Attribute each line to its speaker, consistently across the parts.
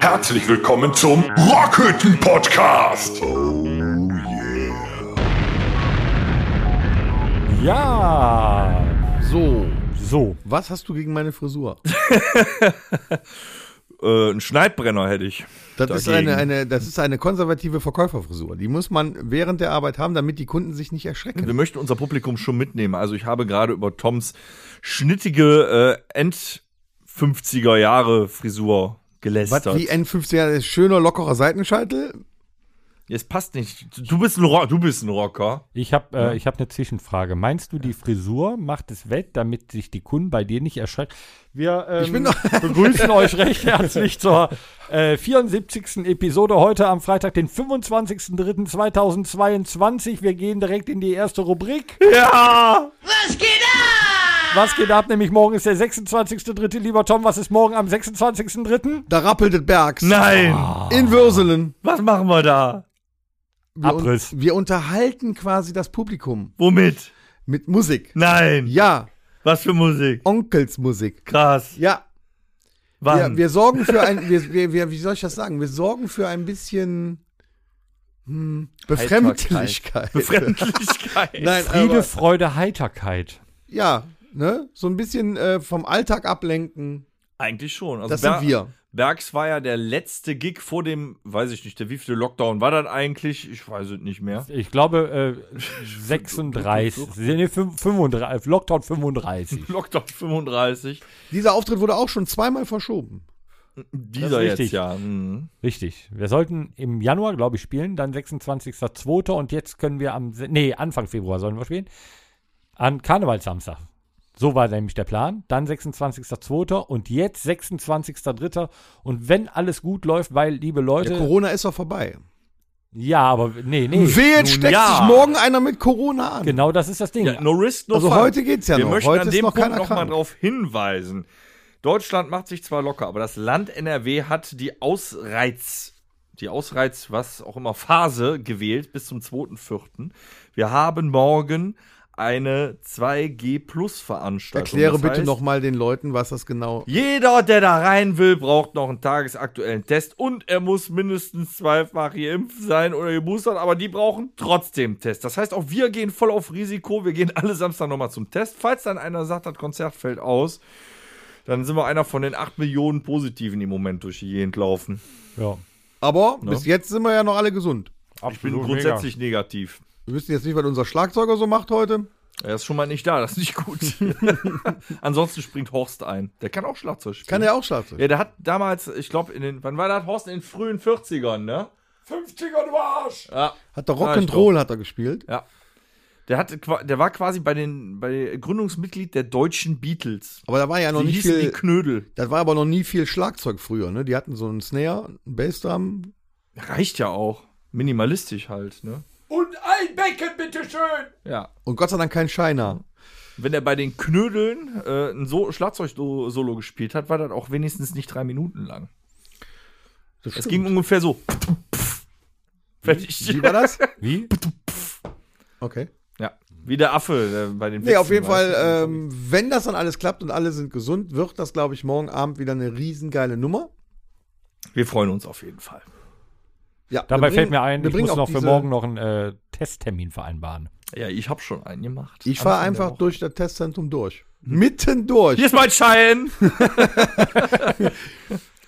Speaker 1: Herzlich willkommen zum Rockhütten Podcast. Oh yeah.
Speaker 2: Ja!
Speaker 3: So,
Speaker 2: So.
Speaker 3: was hast du gegen meine Frisur?
Speaker 2: Äh, ein Schneidbrenner hätte ich.
Speaker 3: Das ist
Speaker 2: dagegen.
Speaker 3: eine, eine, das ist eine konservative Verkäuferfrisur. Die muss man während der Arbeit haben, damit die Kunden sich nicht erschrecken.
Speaker 2: Wir möchten unser Publikum schon mitnehmen. Also ich habe gerade über Toms schnittige äh, End 50er Jahre Frisur
Speaker 3: Was
Speaker 2: gelästert.
Speaker 3: wie N50er, ist schöner, lockerer Seitenscheitel.
Speaker 2: Es passt nicht. Du bist ein Rocker. Du bist ein Rocker.
Speaker 4: Ich habe äh, ich hab eine Zwischenfrage. Meinst du, die Frisur macht es wett, damit sich die Kunden bei dir nicht erschrecken? Wir ähm,
Speaker 3: Ich bin doch-
Speaker 4: begrüßen euch recht herzlich zur äh, 74. Episode heute am Freitag, den 25.03.2022. Wir gehen direkt in die erste Rubrik.
Speaker 2: Ja.
Speaker 4: Was geht ab? Nämlich morgen ist der 26.03. Lieber Tom, was ist morgen am 26.03.?
Speaker 3: Da rappelt es Bergs.
Speaker 2: Nein.
Speaker 3: In Würselen.
Speaker 2: Was machen wir da?
Speaker 3: Wir, un-
Speaker 4: Abriss.
Speaker 3: wir unterhalten quasi das Publikum
Speaker 2: Womit?
Speaker 3: mit Musik.
Speaker 2: Nein.
Speaker 3: Ja,
Speaker 2: Was für Musik?
Speaker 3: Onkelsmusik.
Speaker 2: Krass.
Speaker 3: Ja,
Speaker 2: Wann?
Speaker 3: wir, wir sorgen für ein, wir, wir, wir, wie soll ich das sagen? Wir sorgen für ein bisschen hm, Befremdlichkeit.
Speaker 2: Befremdlichkeit.
Speaker 3: Nein,
Speaker 4: Friede,
Speaker 3: aber-
Speaker 4: Äh, Freude, Heiterkeit.
Speaker 3: Ja, ne? So ein bisschen äh, vom Alltag ablenken.
Speaker 2: Eigentlich schon. Also
Speaker 3: Das
Speaker 2: Ber-
Speaker 3: sind wir.
Speaker 2: Bergs war ja der letzte Gig vor dem, weiß ich nicht, der wievielte Lockdown war das eigentlich? Ich weiß es nicht mehr.
Speaker 4: Ich glaube, äh, 36, nee, 35, Lockdown 35.
Speaker 2: Lockdown 35.
Speaker 3: Dieser Auftritt wurde auch schon zweimal verschoben.
Speaker 2: Dieser jetzt
Speaker 4: richtig.
Speaker 2: ja. Mhm.
Speaker 4: Richtig. Wir sollten im Januar, glaube ich, spielen, dann 26.02. und jetzt können wir am, se- nee, Anfang Februar sollen wir spielen, an Karnevalssamstag. So war nämlich der Plan. Dann 26.02. und jetzt 26.03. Und wenn alles gut läuft, weil, liebe
Speaker 3: Ja,
Speaker 4: Leute,
Speaker 3: Corona ist doch vorbei.
Speaker 4: ja, aber nee, nee.
Speaker 3: Wehe, jetzt
Speaker 2: nun
Speaker 3: steckt
Speaker 2: ja.
Speaker 3: sich morgen einer mit Corona an.
Speaker 4: Genau das ist das Ding.
Speaker 2: Ja, no risk, no
Speaker 3: Also
Speaker 2: fun.
Speaker 3: heute geht's ja
Speaker 2: Wir
Speaker 3: noch.
Speaker 2: möchten
Speaker 3: Heute
Speaker 2: an
Speaker 3: ist
Speaker 2: dem
Speaker 3: noch
Speaker 2: Punkt
Speaker 3: keiner
Speaker 2: nochmal
Speaker 3: krank.
Speaker 2: darauf hinweisen. Deutschland macht sich zwar locker, aber das Land NRW hat die Ausreiz, die Ausreiz, was auch immer, Phase gewählt bis zum 2.4. Wir haben morgen eine 2G-Plus-Veranstaltung.
Speaker 3: Erkläre
Speaker 2: Also Das
Speaker 3: bitte
Speaker 2: heißt,
Speaker 3: nochmal den Leuten, was das genau
Speaker 2: Jeder, der da rein will, braucht noch einen tagesaktuellen Test und er muss mindestens zweifach geimpft sein oder geboostert, aber die brauchen trotzdem einen Test. Das heißt, auch wir gehen voll auf Risiko. Wir gehen alle Samstag nochmal zum Test. Falls dann einer sagt, das Konzert fällt aus, dann sind wir einer von den 8 Millionen Positiven, die im Moment durch die Gegend laufen.
Speaker 4: Ja.
Speaker 3: Aber bis jetzt sind wir ja noch alle gesund.
Speaker 2: Ich bin grundsätzlich negativ.
Speaker 3: Wir wissen jetzt nicht, was unser Schlagzeuger so macht heute.
Speaker 2: Er ist schon mal nicht da, das ist nicht gut. Ansonsten springt Horst ein. Der kann auch Schlagzeug spielen.
Speaker 3: Kann er auch Schlagzeug?
Speaker 2: Ja, der hat damals, ich glaube, in den, wann war das, Horst? In den frühen 40ern, ne? 50er, du Arsch! Ja,
Speaker 3: Hat der
Speaker 2: Ah, ich
Speaker 3: Rock'n'Roll hat er gespielt.
Speaker 2: ja. Der, hat, qua- der war quasi bei den, bei Gründungsmitglied der deutschen Beatles.
Speaker 3: Aber da war ja noch
Speaker 2: Die
Speaker 3: nicht
Speaker 2: hießen die
Speaker 3: viel.
Speaker 2: Knödel.
Speaker 3: Das war aber noch nie viel Schlagzeug früher, ne? Die hatten so einen Snare, einen Bassdrum.
Speaker 2: Reicht ja auch. Minimalistisch halt, ne?
Speaker 4: Und ein Becken, bitteschön.
Speaker 2: Ja.
Speaker 3: Und Gott sei Dank kein Shiner.
Speaker 2: Wenn er bei den Knödeln äh, ein so Schlagzeug-Solo gespielt hat, war das auch wenigstens nicht drei Minuten lang.
Speaker 3: Das
Speaker 2: Es
Speaker 3: stimmt.
Speaker 2: ging ungefähr so. Fertig.
Speaker 3: Wie war das?
Speaker 4: Wie?
Speaker 3: Okay.
Speaker 2: Ja. Wie der Affe der bei den
Speaker 3: Nee, auf
Speaker 2: Witzen,
Speaker 3: jeden Fall,
Speaker 2: weißt du?
Speaker 3: ähm, wenn das dann alles klappt und alle sind gesund, wird das, glaube ich, morgen Abend wieder eine riesengeile Nummer. äh,
Speaker 2: Wir freuen uns auf jeden Fall.
Speaker 3: Ja,
Speaker 4: Dabei
Speaker 3: wir bringen-
Speaker 4: fällt mir ein,
Speaker 3: wir
Speaker 4: ich
Speaker 3: bringen
Speaker 4: muss
Speaker 3: auch
Speaker 4: noch für
Speaker 3: diese-
Speaker 4: morgen noch einen äh, Testtermin vereinbaren.
Speaker 2: Ja, ich habe schon einen gemacht.
Speaker 3: Ich fahre
Speaker 2: Anfang der
Speaker 3: einfach
Speaker 2: Woche.
Speaker 3: durch das Testzentrum durch. Mitten durch.
Speaker 2: Hier ist mein Schein!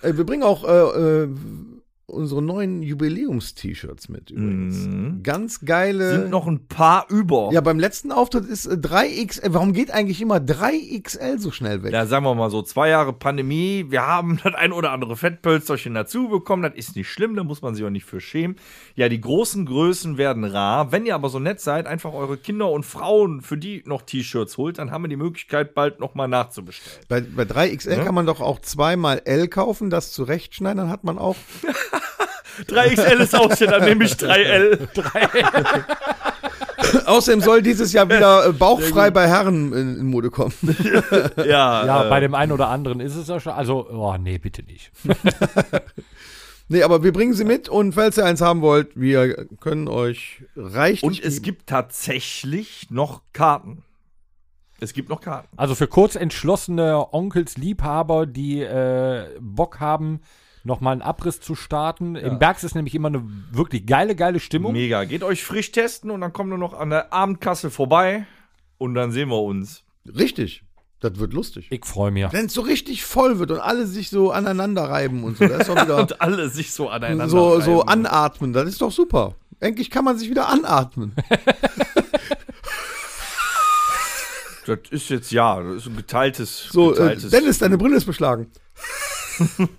Speaker 3: Äh, Wir bringen auch äh, äh, unsere neuen Jubiläums-T-Shirts mit übrigens.
Speaker 2: Mhm.
Speaker 3: Ganz geile.
Speaker 2: Sind noch ein paar über.
Speaker 3: ja, beim letzten Auftritt ist äh, 3XL. Warum geht eigentlich immer 3XL so schnell weg?
Speaker 2: Ja, sagen wir mal so, zwei Jahre Pandemie, wir haben das ein oder andere Fettpölsterchen dazu bekommen, das ist nicht schlimm, da muss man sich auch nicht für schämen. Ja, die großen Größen werden rar. Wenn ihr aber so nett seid, einfach eure Kinder und Frauen für die noch T-Shirts holt, dann haben wir die Möglichkeit, bald nochmal nachzubestellen.
Speaker 3: Bei, bei 3XL kann man doch auch zweimal L kaufen, das zurechtschneiden, dann hat man auch.
Speaker 2: 3XL ist auch schön, dann nehme ich 3L.
Speaker 3: Außerdem soll dieses Jahr wieder äh, bauchfrei bei Herren in, in Mode kommen.
Speaker 2: Ja,
Speaker 4: Ja,
Speaker 2: äh,
Speaker 4: bei dem einen oder anderen ist es ja schon. Also, oh, nee, bitte nicht.
Speaker 3: Nee, aber wir bringen sie mit und falls ihr eins haben wollt, wir können euch reichlich.
Speaker 2: und es gibt tatsächlich noch Karten. Es gibt noch Karten.
Speaker 4: Also für kurz entschlossene Onkels, Liebhaber, die äh, Bock haben, nochmal einen Abriss zu starten. Im Bergs ist nämlich immer eine wirklich geile, geile Stimmung.
Speaker 2: Mega. Geht euch frisch testen und dann kommen wir noch an der Abendkasse vorbei und dann sehen wir uns.
Speaker 3: Richtig. Das wird lustig.
Speaker 4: Ich freue mich.
Speaker 3: Wenn es so richtig voll wird und alle sich so aneinander reiben und so, das ist doch wieder
Speaker 2: Und alle sich so aneinander.
Speaker 3: so, so
Speaker 2: reiben.
Speaker 3: anatmen, das ist doch super. Endlich kann man sich wieder anatmen.
Speaker 2: Das ist jetzt ja, das ist ein geteiltes.
Speaker 3: So, äh,
Speaker 2: geteiltes
Speaker 3: Dennis, deine Brille ist beschlagen.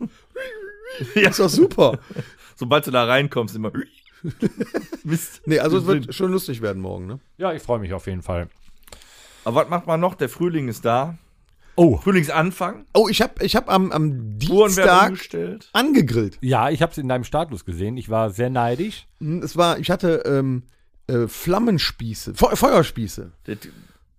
Speaker 2: Ja.
Speaker 3: Ist doch super.
Speaker 2: Sobald du da reinkommst, immer. Mist.
Speaker 3: Nee, also es wird schon lustig werden morgen, ne?
Speaker 4: Ja, ich freue mich auf jeden Fall.
Speaker 2: Aber was macht man noch? Der Frühling ist da.
Speaker 4: Oh.
Speaker 2: Frühlingsanfang.
Speaker 3: Oh, ich habe ich hab am, am
Speaker 2: Uhren werden
Speaker 3: Dienstag
Speaker 2: umgestellt.
Speaker 3: angegrillt.
Speaker 4: Ja, ich habe es in deinem Status gesehen. Ich war sehr neidisch.
Speaker 3: Hm, Es war, ich hatte ähm, äh, Flammenspieße, Fe Feuerspieße.
Speaker 2: Das,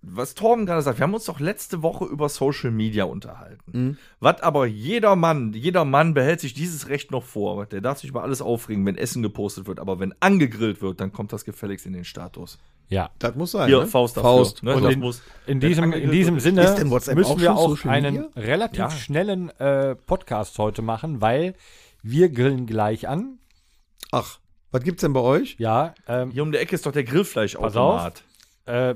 Speaker 2: was Torben gerade sagt, wir haben uns doch letzte Woche über Social Media unterhalten.
Speaker 3: Mhm.
Speaker 2: Was aber jeder Mann, jeder Mann behält sich dieses Recht noch vor. Der darf sich über alles aufregen, wenn Essen gepostet wird. Aber wenn angegrillt wird, dann kommt das gefälligst in den Status.
Speaker 4: Ja.
Speaker 3: Das muss sein.
Speaker 2: Hier,
Speaker 3: ne?
Speaker 2: Faust dafür.
Speaker 3: Faust.
Speaker 2: Ne?
Speaker 4: Und
Speaker 2: das
Speaker 4: in-
Speaker 2: muss,
Speaker 4: In
Speaker 2: wenn
Speaker 4: diesem, in
Speaker 2: angegrillt
Speaker 4: diesem
Speaker 2: wird-
Speaker 4: Sinne
Speaker 3: Ist denn WhatsApp
Speaker 4: müssen
Speaker 3: auch
Speaker 4: wir
Speaker 3: schon
Speaker 4: auch
Speaker 3: Social
Speaker 4: einen
Speaker 3: Media?
Speaker 4: relativ
Speaker 2: Ja.
Speaker 4: schnellen äh, Podcast heute machen, weil wir grillen gleich an.
Speaker 3: Ach, was gibt's denn bei euch?
Speaker 4: Ja, ähm,
Speaker 2: Hier um der Ecke ist doch der Grillfleischautomat.
Speaker 4: äh,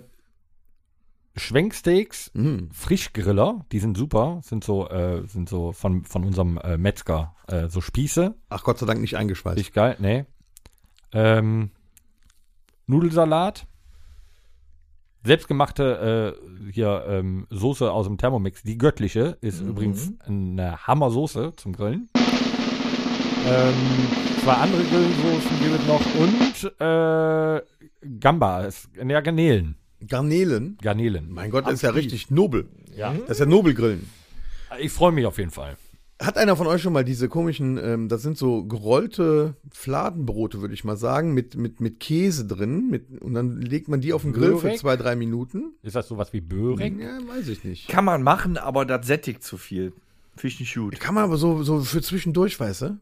Speaker 4: Schwenksteaks,
Speaker 3: Hm.
Speaker 4: Frischgriller, die sind super, sind so, äh, sind so von, von unserem äh, Metzger, äh, so Spieße,
Speaker 3: Ach, Gott sei Dank nicht eingeschweißt.
Speaker 4: richtig geil, nee. Ähm, Nudelsalat, selbstgemachte äh, hier ähm, Soße aus dem Thermomix, die göttliche, ist übrigens eine Hammersoße zum Grillen. Ähm, zwei andere Grillsoßen gibt es noch und äh, Gamba, ist, ja, Garnelen.
Speaker 3: Garnelen.
Speaker 4: Garnelen.
Speaker 3: Mein Gott, das ist ja richtig nobel.
Speaker 4: Ja.
Speaker 3: Das ist ja Nobelgrillen.
Speaker 4: Ich freue mich auf jeden Fall.
Speaker 3: Hat einer von euch schon mal diese komischen, ähm, das sind so gerollte Fladenbrote, würde ich mal sagen, mit, mit, mit Käse drin. Mit, und dann legt man die auf den Grill für
Speaker 4: Börek?
Speaker 3: zwei, drei Minuten.
Speaker 4: Ist das sowas wie Böhring?
Speaker 3: Ja, weiß ich nicht.
Speaker 2: Kann man machen, aber das sättigt zu viel. Finde ich nicht gut.
Speaker 3: Kann man aber so, so für zwischendurch, weißt du?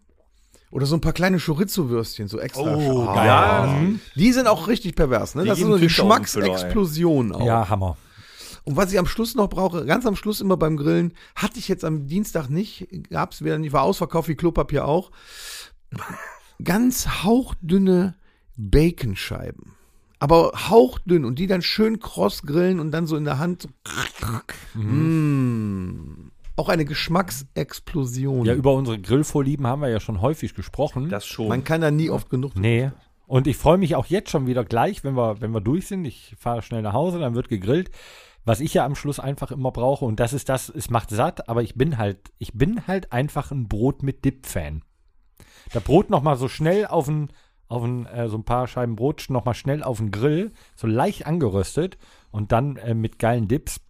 Speaker 3: Oder so ein paar kleine Chorizo-Würstchen, so extra. Ah, Die sind auch richtig pervers, ne?
Speaker 2: Oh, Die
Speaker 3: das ist
Speaker 2: geben
Speaker 3: so eine
Speaker 2: Tinte auf den Füller, ey.
Speaker 3: Geschmacksexplosion auch.
Speaker 4: Ja, Hammer.
Speaker 3: Und was ich am Schluss noch brauche, ganz am Schluss immer beim Grillen, hatte ich jetzt am Dienstag nicht, gab's wieder nicht, war ausverkauft wie Klopapier auch. ganz hauchdünne Baconscheiben. Aber hauchdünn und die dann schön kross grillen und dann so in der Hand so.
Speaker 4: Mhm.
Speaker 3: Mm. Auch eine Geschmacksexplosion.
Speaker 4: Ja, über unsere Grillvorlieben haben wir ja schon häufig gesprochen.
Speaker 2: Das schon.
Speaker 3: Man kann da nie oft genug.
Speaker 4: nee. Und ich freue mich auch jetzt schon wieder gleich, wenn wir, wenn wir durch sind. Ich fahre schnell nach Hause, dann wird gegrillt. Was ich ja am Schluss einfach immer brauche, und das ist das, es macht satt, aber ich bin halt, ich bin halt einfach ein Brot mit Dip-Fan. Das Brot nochmal so schnell auf ein, auf ein, äh, so ein paar Scheiben Brot nochmal schnell auf den Grill, so leicht angeröstet und dann äh, mit geilen Dips.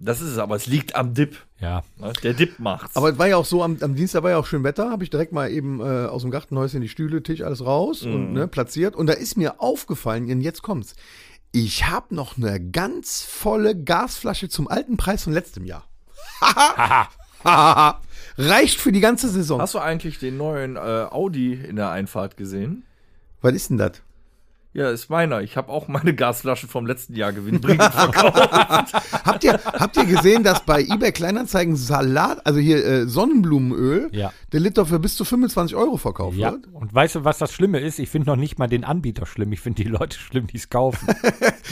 Speaker 2: das ist es aber. Es liegt am Dip.
Speaker 4: Ja,
Speaker 2: ne? Der Dip macht's.
Speaker 3: Aber es war ja auch so, am, am Dienstag war ja auch schön Wetter, habe ich direkt mal eben äh, aus dem Gartenhäuschen die Stühle, Tisch, alles raus
Speaker 4: Mhm.
Speaker 3: und ne, platziert. Und da ist mir aufgefallen, und jetzt kommt's, ich habe noch eine ganz volle Gasflasche zum alten Preis von letztem Jahr. Haha. Reicht für die ganze Saison.
Speaker 2: Hast du eigentlich den neuen äh, Audi in der Einfahrt gesehen?
Speaker 3: Was ist denn das?
Speaker 2: Ja, ist meiner. Ich habe auch meine Gasflasche vom letzten Jahr gewinnbringend verkauft.
Speaker 3: Habt ihr, habt ihr gesehen, dass bei eBay Kleinanzeigen Salat, also hier äh, Sonnenblumenöl,
Speaker 4: Ja.
Speaker 3: der Liter für bis zu 25 Euro verkauft
Speaker 4: Ja,
Speaker 3: wird?
Speaker 4: und weißt du, was das Schlimme ist? Ich finde noch nicht mal den Anbieter schlimm. Ich finde die Leute schlimm, die es kaufen.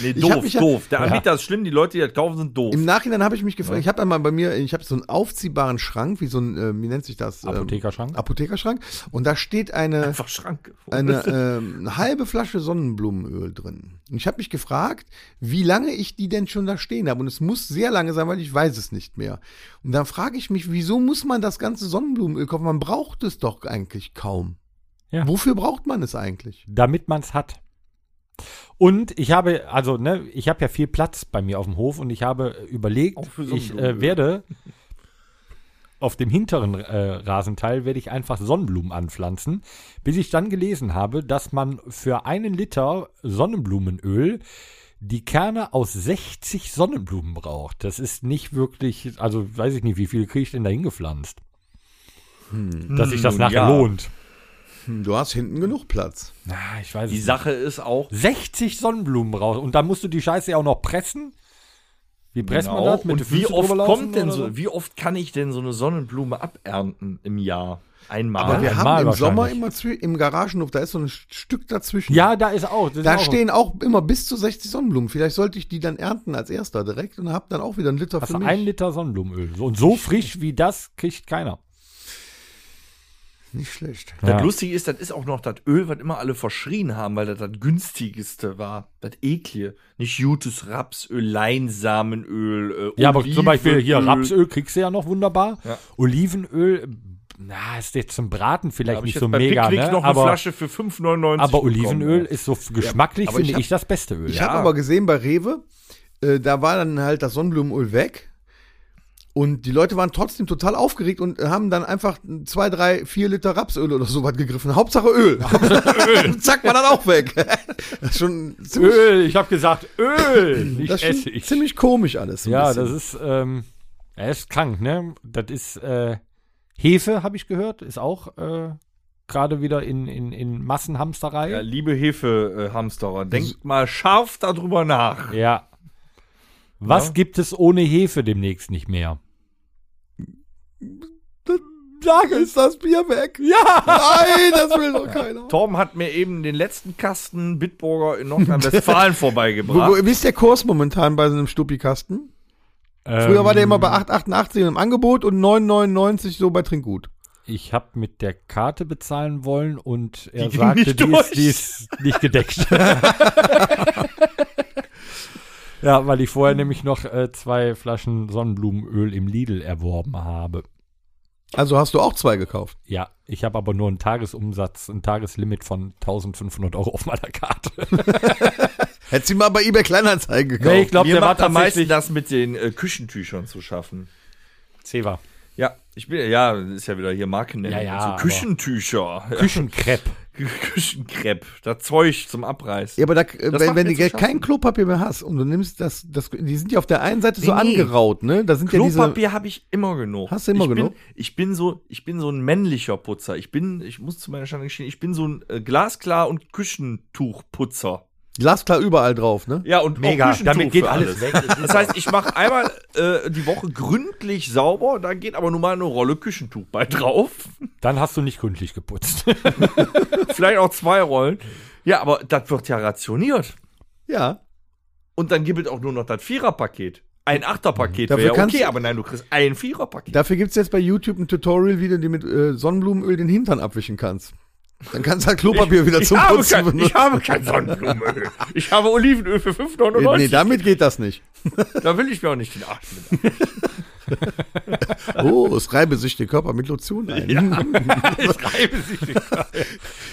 Speaker 2: Nee,
Speaker 3: Ich hab
Speaker 2: doof,
Speaker 3: mich ja-
Speaker 2: doof. Der Anbieter ist schlimm, die Leute, die das kaufen, sind doof.
Speaker 3: Im Nachhinein habe ich mich gefragt, ich habe einmal bei mir, ich habe so einen aufziehbaren Schrank, wie so ein, äh, wie nennt sich das? Ähm,
Speaker 4: Apothekerschrank?
Speaker 3: Apothekerschrank. Und da steht eine,
Speaker 2: Einfach Schranke.
Speaker 3: eine, ähm, eine halbe Flasche Sonnenblumenöl drin. Und ich habe mich gefragt, wie lange ich die denn schon da stehen habe. Und es muss sehr lange sein, weil ich weiß es nicht mehr. Und dann frage ich mich, wieso muss man das ganze Sonnenblumenöl kaufen? Man braucht es doch eigentlich kaum.
Speaker 4: Ja.
Speaker 3: Wofür braucht man es eigentlich?
Speaker 4: damit man es hat. Und ich habe, also, ne, ich habe ja viel Platz bei mir auf dem Hof und ich habe überlegt,
Speaker 2: Auch für so einen
Speaker 4: ich äh,
Speaker 2: Blumenöl.
Speaker 4: werde auf dem hinteren äh, Rasenteil werde ich einfach Sonnenblumen anpflanzen, bis ich dann gelesen habe, dass man für einen Liter Sonnenblumenöl die Kerne aus 60 Sonnenblumen braucht. Das ist nicht wirklich, also weiß ich nicht, wie viel kriege ich denn da hingepflanzt? Dass sich das
Speaker 2: Hm,
Speaker 4: nachher
Speaker 2: ja.
Speaker 4: lohnt.
Speaker 3: Hm, Du hast hinten genug Platz.
Speaker 4: Na, ich weiß
Speaker 3: äh,
Speaker 4: es
Speaker 2: Die
Speaker 4: nicht.
Speaker 2: Sache ist auch,
Speaker 4: 60 Sonnenblumen raus. Und dann musst du die Scheiße ja auch noch pressen. Wie presst man
Speaker 2: Genau.
Speaker 4: das? Mit den
Speaker 2: Und wie
Speaker 4: Füßen
Speaker 2: oft
Speaker 4: drüberlaufen
Speaker 2: kommt denn
Speaker 4: oder
Speaker 2: so, wie oft kann ich denn so eine Sonnenblume abernten im Jahr? Einmal.
Speaker 3: Aber wir
Speaker 4: einmal
Speaker 3: haben im Sommer
Speaker 4: wahrscheinlich.
Speaker 3: immer zwi- im Garagenhof, da ist so ein Stück dazwischen.
Speaker 4: Ja, da ist auch. das ist
Speaker 3: Da
Speaker 4: auch-
Speaker 3: stehen auch immer bis zu 60 Sonnenblumen. Vielleicht sollte ich die dann ernten als erster direkt und hab dann auch wieder einen Liter
Speaker 4: Hast
Speaker 3: für
Speaker 4: du
Speaker 3: mich.
Speaker 4: Also ein Liter Sonnenblumenöl. So- Und so frisch wie das kriegt keiner.
Speaker 3: Nicht schlecht.
Speaker 2: das
Speaker 4: Ja.
Speaker 2: Lustige ist, das ist auch noch das Öl, was immer alle verschrien haben, weil das das günstigste war. Das eklige. Nicht gutes Rapsöl, Leinsamenöl. Äh,
Speaker 4: Ja, aber zum Beispiel hier
Speaker 2: Olivenöl.
Speaker 4: Rapsöl kriegst du ja noch wunderbar.
Speaker 2: Ja.
Speaker 4: Olivenöl, na, ist jetzt zum Braten vielleicht
Speaker 2: Hab ich
Speaker 4: nicht
Speaker 2: jetzt
Speaker 4: so
Speaker 2: bei
Speaker 4: mega,
Speaker 2: Picknick
Speaker 4: ne?
Speaker 2: noch eine
Speaker 4: aber,
Speaker 2: Flasche für 5,99
Speaker 4: aber
Speaker 2: bekommen,
Speaker 4: Olivenöl
Speaker 2: ey.
Speaker 4: ist so f- geschmacklich,
Speaker 3: aber
Speaker 4: finde
Speaker 3: ich
Speaker 4: ich,
Speaker 3: hab-
Speaker 4: das beste Öl.
Speaker 3: Ich
Speaker 2: Ja.
Speaker 3: hab habe aber gesehen bei Rewe, äh, da war dann halt das Sonnenblumenöl weg. Und die Leute waren trotzdem total aufgeregt und haben dann einfach zwei, drei, vier Liter Rapsöl oder sowas gegriffen. Hauptsache Öl. Zack, war dann auch weg. Das ist schon ziemlich,
Speaker 4: Öl, ich habe gesagt, Öl, ich
Speaker 3: das ist
Speaker 4: esse
Speaker 3: schon
Speaker 4: ich.
Speaker 3: ziemlich komisch alles. ein
Speaker 4: ja,
Speaker 3: bisschen.
Speaker 4: das ist, ähm, er ist krank, ne? Das ist äh, Hefe, habe ich gehört, ist auch äh, gerade wieder in, in, in Massenhamsterei.
Speaker 2: Ja, liebe Hefe-Hamsterer, denkt mal scharf darüber nach.
Speaker 4: Ja. Was
Speaker 2: Ja.
Speaker 4: gibt es ohne Hefe demnächst nicht mehr? Sag
Speaker 3: ist das Bier weg. Ja! Nein, das will doch keiner.
Speaker 2: Torben hat mir eben den letzten Kasten Bitburger in Nordrhein-Westfalen
Speaker 3: Wo,
Speaker 2: vorbeigebracht.
Speaker 3: wo, wie ist der Kurs momentan bei so einem Stupikasten?
Speaker 4: Ähm,
Speaker 3: Früher war der immer bei 8,88 im Angebot und 9,99 so bei Trinkgut.
Speaker 4: Ich habe mit der Karte bezahlen wollen und er
Speaker 2: Die ging
Speaker 4: sagte,
Speaker 2: nicht
Speaker 4: die
Speaker 2: durch.
Speaker 4: ist, die ist nicht gedeckt. ja, weil ich vorher nämlich noch äh, zwei Flaschen Sonnenblumenöl im Lidl erworben habe.
Speaker 3: Also hast du auch zwei gekauft.
Speaker 4: Ja, ich habe aber nur einen Tagesumsatz, ein Tageslimit von 1500 Euro auf meiner Karte.
Speaker 3: Hättest du mal bei eBay Kleinanzeigen gekauft.
Speaker 4: Nee, ich glaube,
Speaker 2: Mir
Speaker 4: der war
Speaker 2: macht am meisten
Speaker 4: tatsächlich...
Speaker 2: das mit den äh, Küchentüchern zu schaffen.
Speaker 4: Zewa.
Speaker 2: Ja, ich bin ja, ist ja wieder hier Markennennung.
Speaker 4: Ja, ja,
Speaker 2: und
Speaker 4: aber-
Speaker 2: so Küchentücher,
Speaker 4: Küchenkrepp.
Speaker 2: Küchenkrepp, das Zeug zum Abreißen.
Speaker 3: Ja, aber da, äh,
Speaker 2: Das
Speaker 3: wenn,
Speaker 2: macht
Speaker 3: wenn
Speaker 2: mir
Speaker 3: du
Speaker 2: zu schaffen.
Speaker 3: kein Klopapier mehr hast und du nimmst das, das die sind ja auf der einen Seite so
Speaker 2: Nee, nee.
Speaker 3: angeraut, ne? Da sind ja diese.
Speaker 2: Klopapier habe ich immer genug.
Speaker 3: Hast du immer
Speaker 2: ich
Speaker 3: genug?
Speaker 2: Bin, ich bin so, ich bin so ein männlicher Putzer. Ich bin, ich muss zu meiner Schande gestehen, ich bin so ein äh, glasklar und Küchentuchputzer.
Speaker 3: Glasklar überall drauf, ne?
Speaker 2: Ja, und
Speaker 4: Mega,
Speaker 2: auch Küchentuch
Speaker 4: damit geht
Speaker 2: für
Speaker 4: alles weg.
Speaker 2: Das heißt, ich mache einmal äh, die Woche gründlich sauber, da geht aber nur mal eine Rolle Küchentuch bei drauf.
Speaker 4: Dann hast du nicht gründlich geputzt.
Speaker 2: Vielleicht auch zwei Rollen. Ja, aber das wird ja rationiert.
Speaker 3: Ja.
Speaker 2: Und dann gibt es auch nur noch das Viererpaket. Ein Achterpaket
Speaker 3: Dafür
Speaker 2: wäre ja
Speaker 3: kannst
Speaker 2: okay,
Speaker 3: du-
Speaker 2: aber nein, du kriegst ein Viererpaket.
Speaker 3: Daföl gibt's jetzt bei YouTube ein Tutorial, wie du dir mit äh, Sonnenblumenöl den Hintern abwischen kannst. Dann kannst du halt Klopapier wieder
Speaker 2: ich,
Speaker 3: zum
Speaker 2: habe
Speaker 3: Putzen
Speaker 2: kein, ich
Speaker 3: benutzen.
Speaker 2: habe kein Sonnenblumenöl. Ich habe Olivenöl für
Speaker 3: nee,
Speaker 2: 5,99.
Speaker 3: damit geht das nicht.
Speaker 2: da will ich mir auch nicht den Arsch mit.
Speaker 3: Oh, es reibe sich der Körper mit Lotion ein.
Speaker 2: Ich reibe sich den Arsch.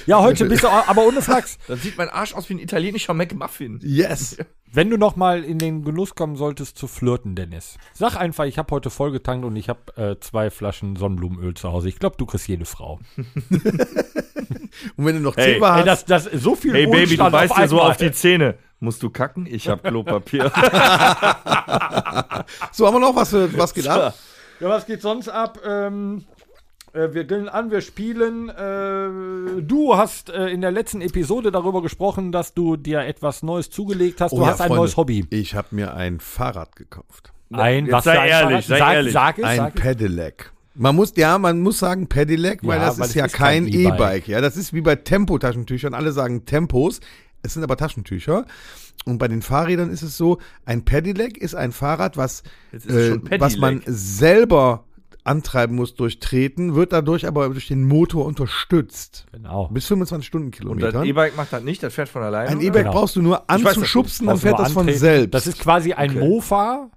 Speaker 4: ja, heute bist du au- aber ohne Flachs.
Speaker 2: Dann sieht mein Arsch aus wie ein italienischer McMuffin.
Speaker 3: Yes.
Speaker 4: Wenn du noch mal in den Genuss kommen solltest zu flirten, Dennis, sag einfach, ich habe heute vollgetankt und ich habe äh, zwei Flaschen Sonnenblumenöl zu Hause. Ich glaube, du kriegst jede Frau.
Speaker 3: Und wenn du noch
Speaker 2: Hey,
Speaker 3: Zebra
Speaker 4: Ey,
Speaker 3: hast,
Speaker 4: das, das ist so viel
Speaker 2: Hey Baby, du
Speaker 4: Wohlstand
Speaker 2: weißt dir so
Speaker 4: einmal.
Speaker 2: auf die Zähne. Musst du kacken? Ich hab Klopapier.
Speaker 3: so haben wir noch was, für- was geht ab.
Speaker 4: Ja, was geht sonst ab? Ähm, äh, wir grillen an, wir spielen. Äh, du hast äh, in der letzten Episode darüber gesprochen, dass du dir etwas Neues zugelegt hast. Du
Speaker 3: Oh ja,
Speaker 4: hast ein
Speaker 3: Freunde,
Speaker 4: neues Hobby.
Speaker 3: Ich habe mir ein Fahrrad gekauft.
Speaker 4: Ein,
Speaker 2: jetzt sei
Speaker 4: für ein
Speaker 2: ehrlich,
Speaker 4: Fahrrad?
Speaker 2: sei
Speaker 4: sag,
Speaker 2: ehrlich.
Speaker 4: Sag es,
Speaker 3: ein
Speaker 4: sag es.
Speaker 3: Pedelec. Man muss, ja, man muss sagen Pedelec, weil
Speaker 4: Ja,
Speaker 3: das
Speaker 4: weil
Speaker 3: ist
Speaker 4: es
Speaker 3: ja
Speaker 4: ist
Speaker 3: kein
Speaker 4: kein
Speaker 3: E-Bike.
Speaker 4: E-Bike.
Speaker 3: ja, das ist wie bei Tempotaschentüchern. Alle sagen Tempos. Es sind aber Taschentücher. Und bei den Fahrrädern ist es so, ein Pedelec ist ein Fahrrad, was,
Speaker 2: Jetzt ist es
Speaker 3: äh,
Speaker 2: schon Pedelec.
Speaker 3: was man selber antreiben muss durch Treten, wird dadurch aber durch den Motor unterstützt.
Speaker 4: Genau.
Speaker 3: Bis 25
Speaker 2: Und das
Speaker 3: Stundenkilometer.
Speaker 2: E-Bike macht das nicht, das fährt von alleine.
Speaker 3: Ein
Speaker 2: oder?
Speaker 3: E-Bike
Speaker 4: Genau.
Speaker 3: brauchst du nur
Speaker 2: weiß das
Speaker 3: anzuschubsen, dann
Speaker 4: Brauchst du
Speaker 3: fährt
Speaker 4: nur
Speaker 3: das von
Speaker 4: antreten.
Speaker 3: selbst.
Speaker 4: Das ist quasi ein
Speaker 2: Okay.
Speaker 4: Mofa.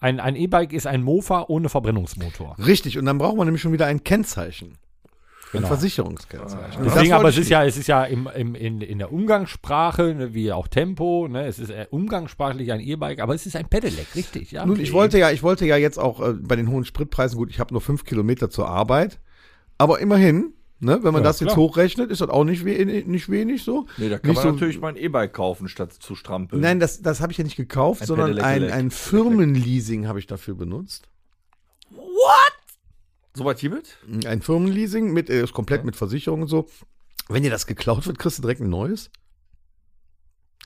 Speaker 4: Ein, ein E-Bike ist ein Mofa ohne Verbrennungsmotor.
Speaker 3: Richtig, und dann braucht man nämlich schon wieder ein Kennzeichen. Ein
Speaker 4: Genau.
Speaker 3: Versicherungskennzeichen. Das
Speaker 4: Deswegen,
Speaker 3: wollte
Speaker 4: aber
Speaker 3: ich
Speaker 4: es ist
Speaker 3: nicht.
Speaker 4: ja, es ist ja im, im, in, in der Umgangssprache, ne, wie auch Tempo, ne, es ist äh, umgangssprachlich ein E-Bike, aber es ist ein Pedelec, richtig. Ja,
Speaker 3: Nun, ich wollte ja, ich wollte ja jetzt auch äh, bei den hohen Spritpreisen, gut, ich habe nur fünf Kilometer zur Arbeit, aber immerhin, ne, wenn man
Speaker 4: Ja,
Speaker 3: das jetzt
Speaker 4: klar.
Speaker 3: hochrechnet, ist das auch nicht, we nicht wenig so.
Speaker 2: Nee, da kann
Speaker 3: nicht
Speaker 2: man
Speaker 3: so,
Speaker 2: natürlich mal ein E-Bike kaufen, statt zu strampeln.
Speaker 3: Nein, das, das habe ich ja nicht gekauft,
Speaker 2: Ein
Speaker 3: sondern
Speaker 2: Pedelec,
Speaker 3: ein,
Speaker 2: Elec.
Speaker 3: ein Firmenleasing habe ich dafür benutzt.
Speaker 2: Soweit hiermit?
Speaker 3: Ein Firmenleasing mit, äh, ist komplett mit Versicherung und so. Wenn dir das geklaut wird, kriegst du direkt ein neues.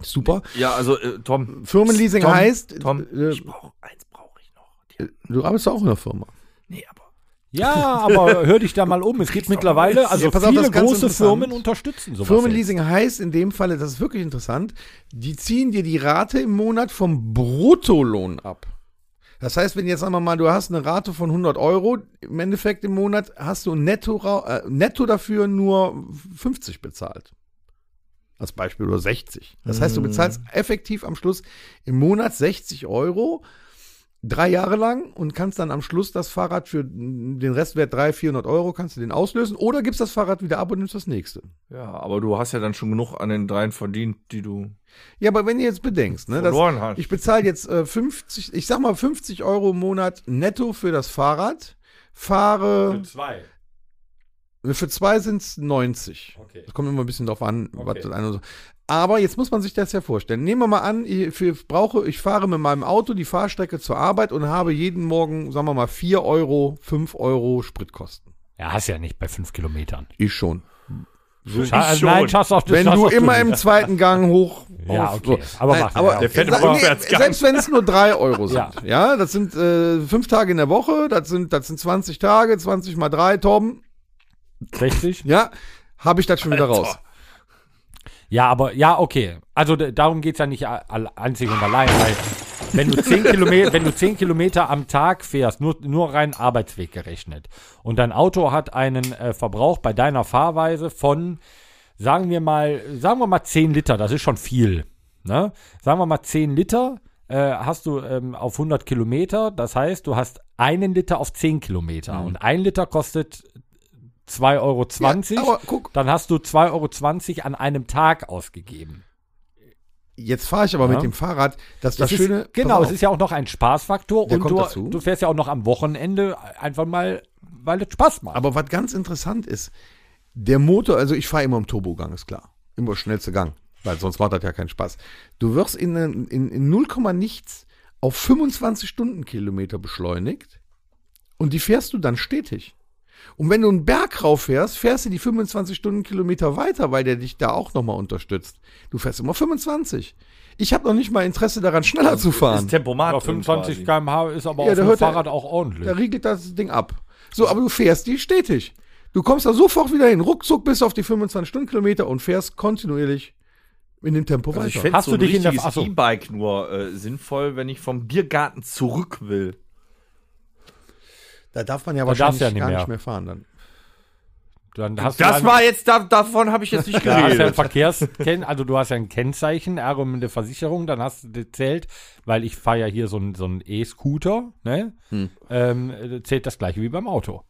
Speaker 3: Super.
Speaker 2: Ja, also äh, Tom.
Speaker 3: Firmenleasing
Speaker 2: Tom,
Speaker 3: heißt,
Speaker 2: Tom,
Speaker 3: äh,
Speaker 2: ich brauche eins brauche ich noch. Die,
Speaker 3: Du arbeitest auch in der Firma.
Speaker 2: nee, aber
Speaker 4: Ja, aber hör dich da mal um. Es gibt mittlerweile, also
Speaker 3: Ja, pass auf, das
Speaker 4: viele
Speaker 3: ist ganz
Speaker 4: große
Speaker 3: interessant.
Speaker 4: Firmen unterstützen sowas. jetzt.
Speaker 3: Firmenleasing heißt in dem Falle, das ist wirklich interessant, die ziehen dir die Rate im Monat vom Bruttolohn ab. Das heißt, wenn jetzt sagen wir mal, du hast eine Rate von 100 Euro, im Endeffekt im Monat hast du netto, ra- äh, netto dafür nur 50 bezahlt. Als Beispiel oder 60. Das heißt, du
Speaker 4: Mhm.
Speaker 3: bezahlst effektiv am Schluss im Monat 60 Euro drei Jahre lang und kannst dann am Schluss das Fahrrad für den Restwert 300, 400 Euro kannst du den auslösen oder gibst das Fahrrad wieder ab und nimmst das nächste.
Speaker 2: ja, aber du hast ja dann schon genug an den dreien verdient, die du
Speaker 3: Ja, aber wenn du jetzt bedenkst, ne, dass
Speaker 2: verloren hast.
Speaker 3: ich bezahle jetzt äh, 50, ich sag mal 50 Euro im Monat netto für das Fahrrad, fahre, Äh,
Speaker 4: Zwei.
Speaker 3: für zwei sind es 90.
Speaker 4: Okay.
Speaker 3: Das kommt immer ein bisschen drauf an, was
Speaker 4: Okay.
Speaker 3: das eine oder so. Aber jetzt muss man sich das ja vorstellen. Nehmen wir mal an, ich, für, brauche, ich fahre mit meinem Auto die Fahrstrecke zur Arbeit und habe jeden Morgen, sagen wir mal, 4 Euro, 5 Euro Spritkosten.
Speaker 4: Ja, hast ja nicht bei fünf Kilometern.
Speaker 3: Ich schon.
Speaker 4: Scha-
Speaker 2: schon.
Speaker 4: Nein, schaffst auch das
Speaker 3: Wenn
Speaker 4: schaffst
Speaker 3: du
Speaker 4: auch
Speaker 3: immer
Speaker 4: nicht.
Speaker 3: im zweiten Gang hoch.
Speaker 4: Ja,
Speaker 3: auf-
Speaker 4: okay. Aber
Speaker 3: Nein,
Speaker 4: mach-
Speaker 3: aber
Speaker 4: ja, okay. Der
Speaker 2: fährt
Speaker 3: sa-
Speaker 2: im
Speaker 3: nee,
Speaker 2: Vorwärtsgang.
Speaker 3: Selbst wenn es nur drei Euro sind.
Speaker 4: Ja.
Speaker 3: Ja, das sind äh, fünf Tage in der Woche, das sind, das sind 20 Tage, 20 mal drei, Torben.
Speaker 4: 60?
Speaker 3: Ja, habe ich das schon wieder raus.
Speaker 4: Ja, aber ja, okay. Also d- darum geht's ja nicht a- all- einzig und allein, weil wenn du zehn Kilometer, wenn du zehn Kilometer am Tag fährst, nur, nur rein Arbeitsweg gerechnet, und dein Auto hat einen äh, Verbrauch bei deiner Fahrweise von, sagen wir mal, sagen wir mal 10 Liter, das ist schon viel. Ne? Sagen wir mal 10 Liter äh, hast du ähm, auf 100 Kilometer, das heißt, du hast einen Liter auf 10 Kilometer.
Speaker 3: Mhm.
Speaker 4: Und ein Liter kostet 2,20 Euro.
Speaker 3: Ja, aber guck,
Speaker 4: Dann hast du 2,20 Euro an einem Tag ausgegeben.
Speaker 3: jetzt fahre ich aber
Speaker 4: Ja.
Speaker 3: mit dem Fahrrad. Das ist das
Speaker 4: Es
Speaker 3: Schöne.
Speaker 4: Ist, genau,
Speaker 3: pass
Speaker 4: es
Speaker 3: auf.
Speaker 4: ist ja auch noch ein Spaßfaktor.
Speaker 3: Der
Speaker 4: und
Speaker 3: kommt
Speaker 4: du,
Speaker 3: dazu.
Speaker 4: du fährst ja auch noch am Wochenende einfach mal, weil es Spaß macht.
Speaker 3: aber was ganz interessant ist, der Motor, also ich fahre immer im Turbogang, ist klar. Immer schnellste Gang, weil sonst macht das ja keinen Spaß. Du wirst in, in, in 0, nichts auf 25 Stundenkilometer beschleunigt und die fährst du dann stetig. Und wenn du einen Berg rauf fährst, fährst du die 25 Stundenkilometer weiter, weil der dich da auch nochmal unterstützt. Du fährst immer 25. Ich habe noch nicht mal Interesse daran, schneller zu fahren.
Speaker 2: ist Tempomat.
Speaker 4: Ja,
Speaker 2: drin quasi.
Speaker 4: 25 km/h ist aber
Speaker 3: Ja,
Speaker 4: auf
Speaker 3: da
Speaker 4: dem
Speaker 3: hört er-
Speaker 4: Fahrrad auch ordentlich.
Speaker 3: Da riegelt das Ding ab. So, aber du fährst die stetig. Du kommst da sofort wieder hin. Ruckzuck bis auf die 25 Stundenkilometer und fährst kontinuierlich in dem Tempo
Speaker 2: Also ich
Speaker 3: weiter.
Speaker 2: fände
Speaker 4: Hast
Speaker 2: so
Speaker 4: du
Speaker 2: ein
Speaker 4: dich in der-
Speaker 2: richtiges
Speaker 4: Achso.
Speaker 2: E-Bike nur äh, sinnvoll, wenn ich vom Biergarten zurück will.
Speaker 3: Da darf man ja
Speaker 4: darfst
Speaker 3: wahrscheinlich
Speaker 4: du ja nicht
Speaker 3: gar
Speaker 4: mehr.
Speaker 3: nicht mehr fahren dann.
Speaker 4: Dann hast du
Speaker 2: Das
Speaker 4: einen-
Speaker 2: war jetzt, da, davon habe ich jetzt nicht
Speaker 4: Da hast du ein
Speaker 2: geredet.
Speaker 4: Verkehrskennzeichen, also du hast ja ein Kennzeichen, Ärger mit der Versicherung, dann hast du das zählt, weil ich fahre ja hier so einen so einen E-Scooter, ne? Ähm, zählt das gleiche wie beim Auto.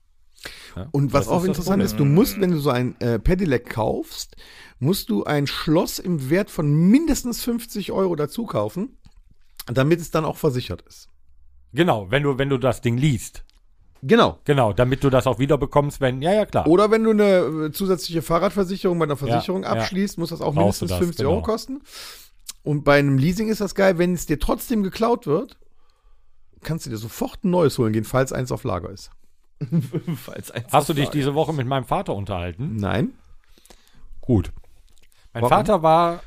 Speaker 3: Und was
Speaker 4: Das
Speaker 3: auch
Speaker 4: ist das
Speaker 3: interessant
Speaker 4: Problem.
Speaker 3: ist, du musst, wenn du so ein äh, Pedelec kaufst, musst du ein Schloss im Wert von mindestens 50 Euro dazu kaufen, damit es dann auch versichert ist.
Speaker 4: Genau, wenn du, wenn du das Ding liest.
Speaker 3: Genau.
Speaker 4: Genau, damit du das auch wiederbekommst, wenn, ja, ja, klar.
Speaker 3: Oder wenn du eine äh, zusätzliche Fahrradversicherung bei einer Versicherung
Speaker 4: Ah. ja.
Speaker 3: abschließt, muss das auch
Speaker 4: Brauchst du
Speaker 3: mindestens
Speaker 4: das,
Speaker 3: 50
Speaker 4: genau.
Speaker 3: Euro kosten. Und bei einem Leasing ist das geil, wenn es dir trotzdem geklaut wird, kannst du dir sofort ein neues holen gehen, falls eins auf Lager ist.
Speaker 2: Falls eins
Speaker 4: Hast du dich diese Woche mit meinem Vater unterhalten?
Speaker 3: Nein.
Speaker 4: Gut. Mein
Speaker 3: Hm. Warum?
Speaker 4: Vater war